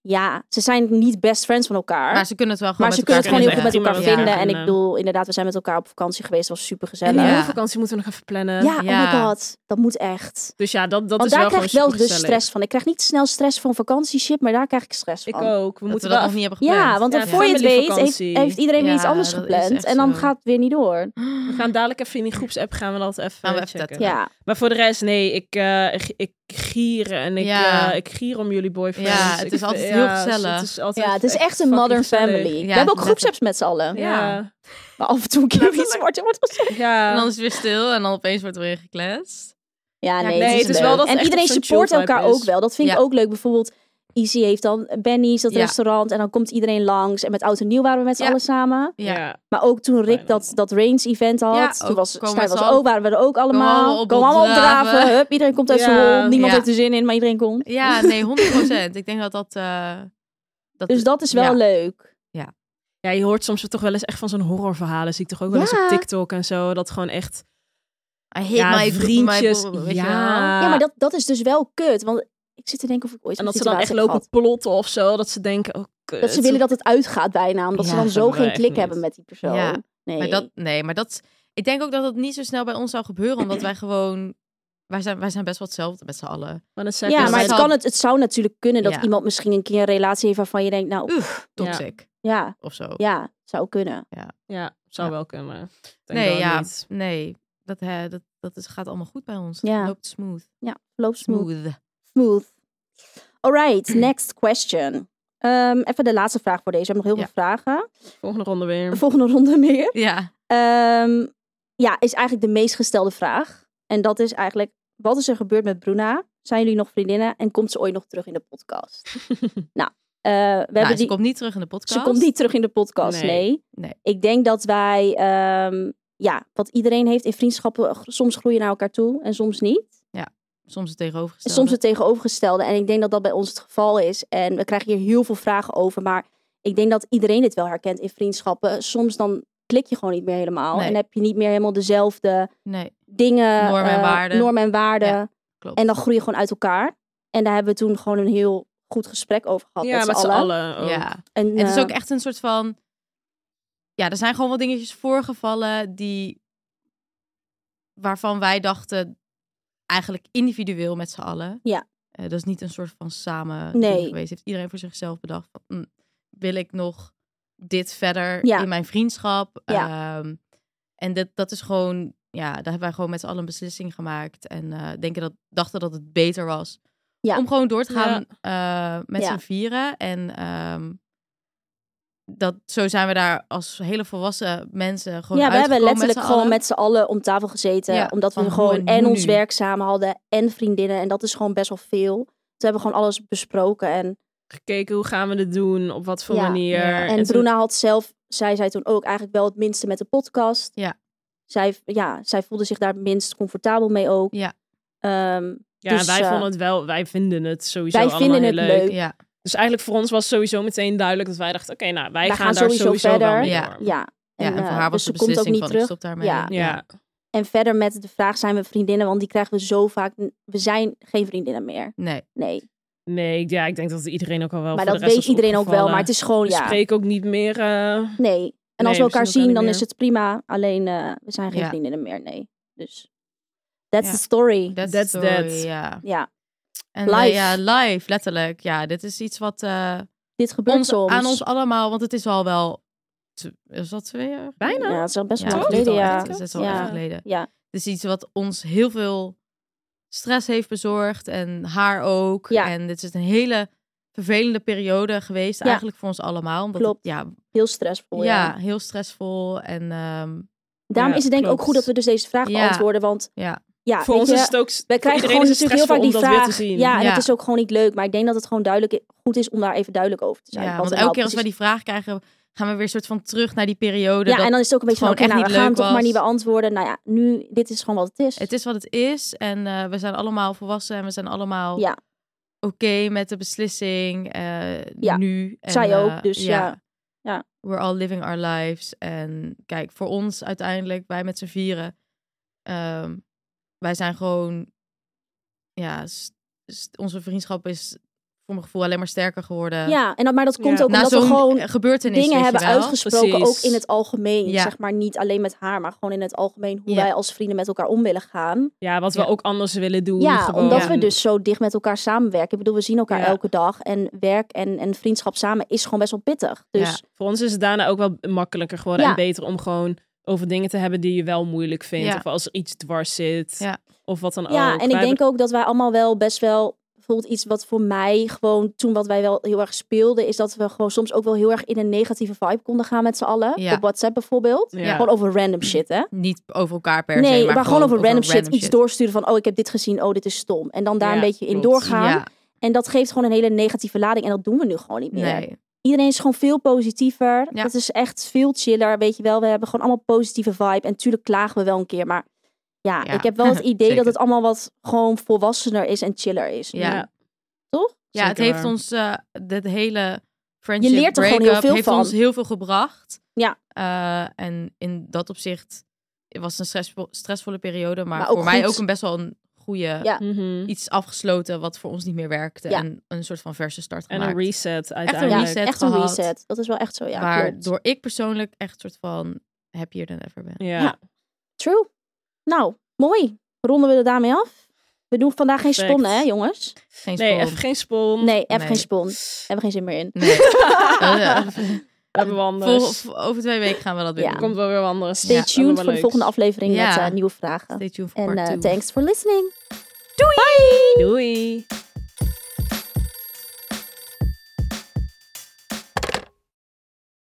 Ja. ze zijn niet best friends van elkaar. Maar Maar, ze kunnen het wel gewoon ze met kunnen het elkaar gewoon heel goed vinden. met elkaar vinden. Ja. En ik Vinden. bedoel, inderdaad, we zijn met elkaar op vakantie geweest. Het was super En gezellig. die Ja. Ja, vakantie moeten we nog even plannen. oh Ja. my god. Dat moet echt. Dus ja, dat, dat Want is daar wel krijg ik gewoon wel de supergezellig. stress van. Ik krijg niet snel stress van vakantieship, maar daar krijg ik stress Ik van. ook. We Dat moeten we dat wel nog niet hebben gepland. Ja, want Ja, dan voor je het weet, heeft, familyvakantie. heeft iedereen weer Ja, iets anders dat is gepland. echt En dan zo. gaat het weer niet door. We gaan dadelijk even in die groepsapp gaan we dat even, Gaan we even checken. tetten. Ja, Maar voor de rest, nee, ik, eh, ik, ik gier en ik, Ja. eh, ik gier om jullie boyfriends. Ja, het Ik is vind- altijd ja, heel het is- gezellig. Het is, altijd ja het is echt een fucking modern gezellig. family. We Ja, hebben ook letterlijk. groepsapps met z'n allen. Ja. Maar af en toe een keer iets wordt, wordt gezegd. ja. En dan is het weer stil en dan opeens wordt er weer gekletst. Ja, nee, nee, het is, het is leuk. wel dat het En echt iedereen op zo'n support chill vibe elkaar is. ook wel. Dat vind ik Ja. ook leuk. Bijvoorbeeld, Easy heeft dan Benny's, dat Ja. restaurant. En dan komt iedereen langs. En met Oud en Nieuw waren we met z'n Ja. allen samen. Ja. Ja. Maar ook toen Rick Fijn dat, dat Range event had. Ja, toen ook was, komen Stijn met was z'n allen- ook, waren we er ook allemaal. allemaal Komen allemaal opdraven. opdraven. Hup, iedereen komt uit zijn Ja. hol. Niemand Ja. heeft er zin in, maar iedereen komt. Ja, nee, 100 Ik denk dat dat... eh, dat Dus dat is wel Ja. leuk. ja, je hoort soms toch wel eens echt van zo'n horrorverhalen. Zie ik toch ook wel eens Ja. op TikTok en zo. Dat gewoon echt... I hate ja, my vriendjes. my- weet je wel. ja. Ja, maar dat, dat is dus wel kut. Want ik zit te denken of ik ooit Ah. zo'n En dat ze dan echt situatie heb lopen gehad. plotten of zo. Dat ze denken, oh kut. Dat ze willen dat het uitgaat bijna. Omdat ze Ja, dan dat zo doen wij geen echt klik niet. hebben met die persoon. Ja, nee. Maar dat, nee, maar dat... Ik denk ook dat dat niet zo snel bij ons zou gebeuren, omdat wij gewoon... Wij zijn, wij zijn best wel hetzelfde met z'n allen. Maar dan zeggen ja, ze- maar het, zal- kan, het, het zou natuurlijk kunnen dat Ja. iemand misschien een keer een relatie heeft waarvan je denkt, nou, Toxic ja, of zo. ja, zou kunnen. Ja, zou Ja. wel kunnen. Denk nee, wel ja, niet. nee. Dat, hè, dat, dat is, gaat allemaal goed bij ons. Ja. Het loopt smooth. Ja, loopt smooth. Smooth. smooth. Alright, next question. Ehm, even de laatste vraag voor deze. We hebben nog heel Ja. Mm. veel vragen. Volgende ronde weer. De volgende ronde meer. Ja. Ehm, ja, is eigenlijk de meest gestelde vraag. En dat is eigenlijk, wat is er gebeurd met Bruna? Zijn jullie nog vriendinnen? En komt ze ooit nog terug in de podcast? nou, eh, we Nou, hebben ze die... komt niet terug in de podcast. Ze komt niet terug in de podcast, nee. Nee. Nee. Ik denk dat wij, ehm, ja, wat iedereen heeft in vriendschappen, g- soms groeien naar elkaar toe en soms niet. Soms het En tegenovergestelde. soms het tegenovergestelde. En ik denk dat dat bij ons het geval is. En we krijgen hier heel veel vragen over. Maar ik denk dat iedereen dit wel herkent in vriendschappen. Soms dan klik je gewoon niet meer helemaal. Nee. En heb je niet meer helemaal dezelfde Nee, dingen, Normen en eh, waarden. normen en waarden. Ja, klopt. En dan groei je gewoon uit elkaar. En daar hebben we toen gewoon een heel goed gesprek over gehad. ja, met z'n allen. ook. ja. En, En het is eh, ook echt een soort van. Ja, er zijn gewoon wat dingetjes voorgevallen die. waarvan wij dachten. eigenlijk individueel met z'n allen. Ja. Eh, dat is niet een soort van samen. Nee. ding geweest. Heeft iedereen voor zichzelf bedacht. Van, "Mm, wil ik nog dit verder Ja. in mijn vriendschap? Ehm, en dat, dat is gewoon. Ja, daar hebben wij gewoon met z'n allen een beslissing gemaakt. En eh, denken dat, dachten dat het beter was. Ja. Om gewoon door te Ja. gaan eh, met Ja. z'n vieren. En ehm, dat, zo zijn we daar als hele volwassen mensen gewoon ja, we hebben uitgekomen letterlijk z'n gewoon allen. met z'n allen om tafel gezeten. Ja, omdat we van hoe gewoon en en hoe ons nu. werk samen hadden en vriendinnen. En dat is gewoon best wel veel. Toen hebben we gewoon alles besproken. En, Gekeken hoe gaan we dit doen, op wat voor Ja. manier. Ja. en, toen- Bruna had zelf, zij zei toen ook eigenlijk wel het minste met de podcast. Ja. Zij, ja, zij voelde zich daar het minst comfortabel mee ook. Ja. Ehm, ja, dus, wij eh, vonden het wel, wij vinden het sowieso wij allemaal vinden heel het leuk. leuk. Ja, Dus eigenlijk voor ons was sowieso meteen duidelijk dat wij dachten, oké, nou, wij Wij gaan, gaan daar sowieso sowieso, verder. wel mee Ja. door. ja. en, ja, en eh, voor haar was dus de ze komt ook beslissing niet van terug. ik stop daarmee. Ja. Ja. En verder met de vraag zijn we vriendinnen, want die krijgen we zo vaak. We zijn geen vriendinnen meer. Nee, Nee. Nee, ik- ja, ik denk dat iedereen ook al wel maar voor dat de rest weet was iedereen ook wel. opgevallen. Maar het is gewoon We ja. spreken ook niet meer... Nee. En eh, Nee, als we we zien elkaar elkaar zien, niet dan meer. is het prima. Alleen eh, we zijn geen Ja. vriendinnen meer. Nee. Dus that's Ja. the story. that's, That's the story, that. Ja. Ja. En Live. eh, ja, live, letterlijk. Ja, dit is iets wat eh, Dit gebeurt ons, soms. aan ons allemaal, want het is al wel, tw- is dat twee jaar? bijna. Ja, dat is al best Ja, wel lang het is geleden. al Ja. echt- Het is al Ja. even geleden. Ja. Het is iets wat ons heel veel stress heeft bezorgd en haar ook. Ja. En dit is een hele vervelende periode geweest Ja. eigenlijk voor ons allemaal. Omdat het- Klopt. ja, Heel stressvol. Ja. ja, heel stressvol en ehm, Daarom Ja, is het denk ik ook klopt. goed dat we dus deze vraag Ja. beantwoorden. Want ja, ja, voor weet ons je, is het ook... Wij krijgen gewoon dus natuurlijk heel vaak die om dat weer vraag. te zien. Ja, en Ja. het is ook gewoon niet leuk. Maar ik denk dat het gewoon duidelijk goed is om daar even duidelijk over te zijn. ja, Wat want er elke nou keer als wij precies- die vraag krijgen, gaan we weer soort van terug naar die periode. Ja, dat en dan is het ook een beetje van, gewoon oké, nou, echt we niet gaan hem leuk toch maar was. niet beantwoorden. Nou ja, nu, dit is gewoon wat het is. Het is wat het is en eh, we zijn allemaal volwassen en we zijn allemaal Ja. oké met de beslissing eh, Ja, nu. En, zij ook, eh, dus ja. Ja. We're all living our lives. En kijk, voor ons uiteindelijk, wij met z'n vieren, ehm, wij zijn gewoon, ja, s- s- onze vriendschap is voor mijn gevoel alleen maar sterker geworden. ja, en dat, maar dat komt Ja. ook Na omdat we zo'n gewoon gebeurtenis, weet dingen je hebben wel. uitgesproken, Precies. ook in het algemeen. Ja. Zeg maar niet alleen met haar, maar gewoon in het algemeen hoe Ja. wij als vrienden met elkaar om willen gaan. Ja, wat we Ja. ook anders willen doen. Ja, gewoon. omdat Ja. we dus zo dicht met elkaar samenwerken. Ik bedoel, we zien elkaar Ja. elke dag en werk en, en vriendschap samen is gewoon best wel pittig. Dus Voor ons is het daarna ook wel makkelijker geworden Ja. en beter om gewoon over dingen te hebben die je wel moeilijk vindt. Ja. Of als er iets dwars zit. Ja. Of wat dan ook. Ja, en ik Wij denk ook dat wij allemaal wel best wel. Bijvoorbeeld iets wat voor mij gewoon toen wat wij wel heel erg speelden, is dat we gewoon soms ook wel heel erg in een negatieve vibe konden gaan met z'n allen. Ja. Op WhatsApp bijvoorbeeld. Ja. Gewoon over random shit, hè? Niet over elkaar per se, nee, maar, maar gewoon over random shit. random Iets doorsturen van, oh, ik heb dit gezien, oh, dit is stom. En dan daar Ja, een beetje in klopt. doorgaan. Ja, En dat geeft gewoon een hele negatieve lading. En dat doen we nu gewoon niet meer. nee. Iedereen is gewoon veel positiever. Ja. Dat is echt veel chiller, weet je wel. We hebben gewoon allemaal positieve vibe. En tuurlijk klagen we wel een keer, maar... Ja, Ja, ik heb wel het idee dat zeker. het allemaal wat gewoon volwassener is en chiller is. Ja. Toch? Ja, het Zeker heeft waar. ons eh dit hele friendship Je leert er gewoon heel break-up veel heeft van. ons heel veel gebracht. Ja. Eh, en in dat opzicht was het een stressvo- stressvolle periode, maar, Maar ook voor mij goed. ook een best wel een goede Ja. Mhm. iets afgesloten wat voor ons niet meer werkte Ja. en een soort van verse start En gemaakt. een reset een uiteindelijk. Ja, reset echt een gehad. reset. Dat is wel echt zo, ja. klopt. waardoor ik persoonlijk echt soort van happier than ever ben. Ja. Ja. True. Nou, mooi. Ronden we er daarmee af. We doen vandaag geen Perfect. spon, hè, jongens? Geen Nee, spon. even geen spon. Nee, even Mm, Nee. geen spon. Hebben we geen zin meer in. Nee. We Eh, hebben we vol- anders. vol- over twee weken gaan we dat weer Ja. doen. Komt wel weer wat anders. Stay Ja, tuned voor de volgende aflevering Ja. met eh, nieuwe vragen. Stay tuned voor En part eh, two. thanks for listening. Doei! Doei!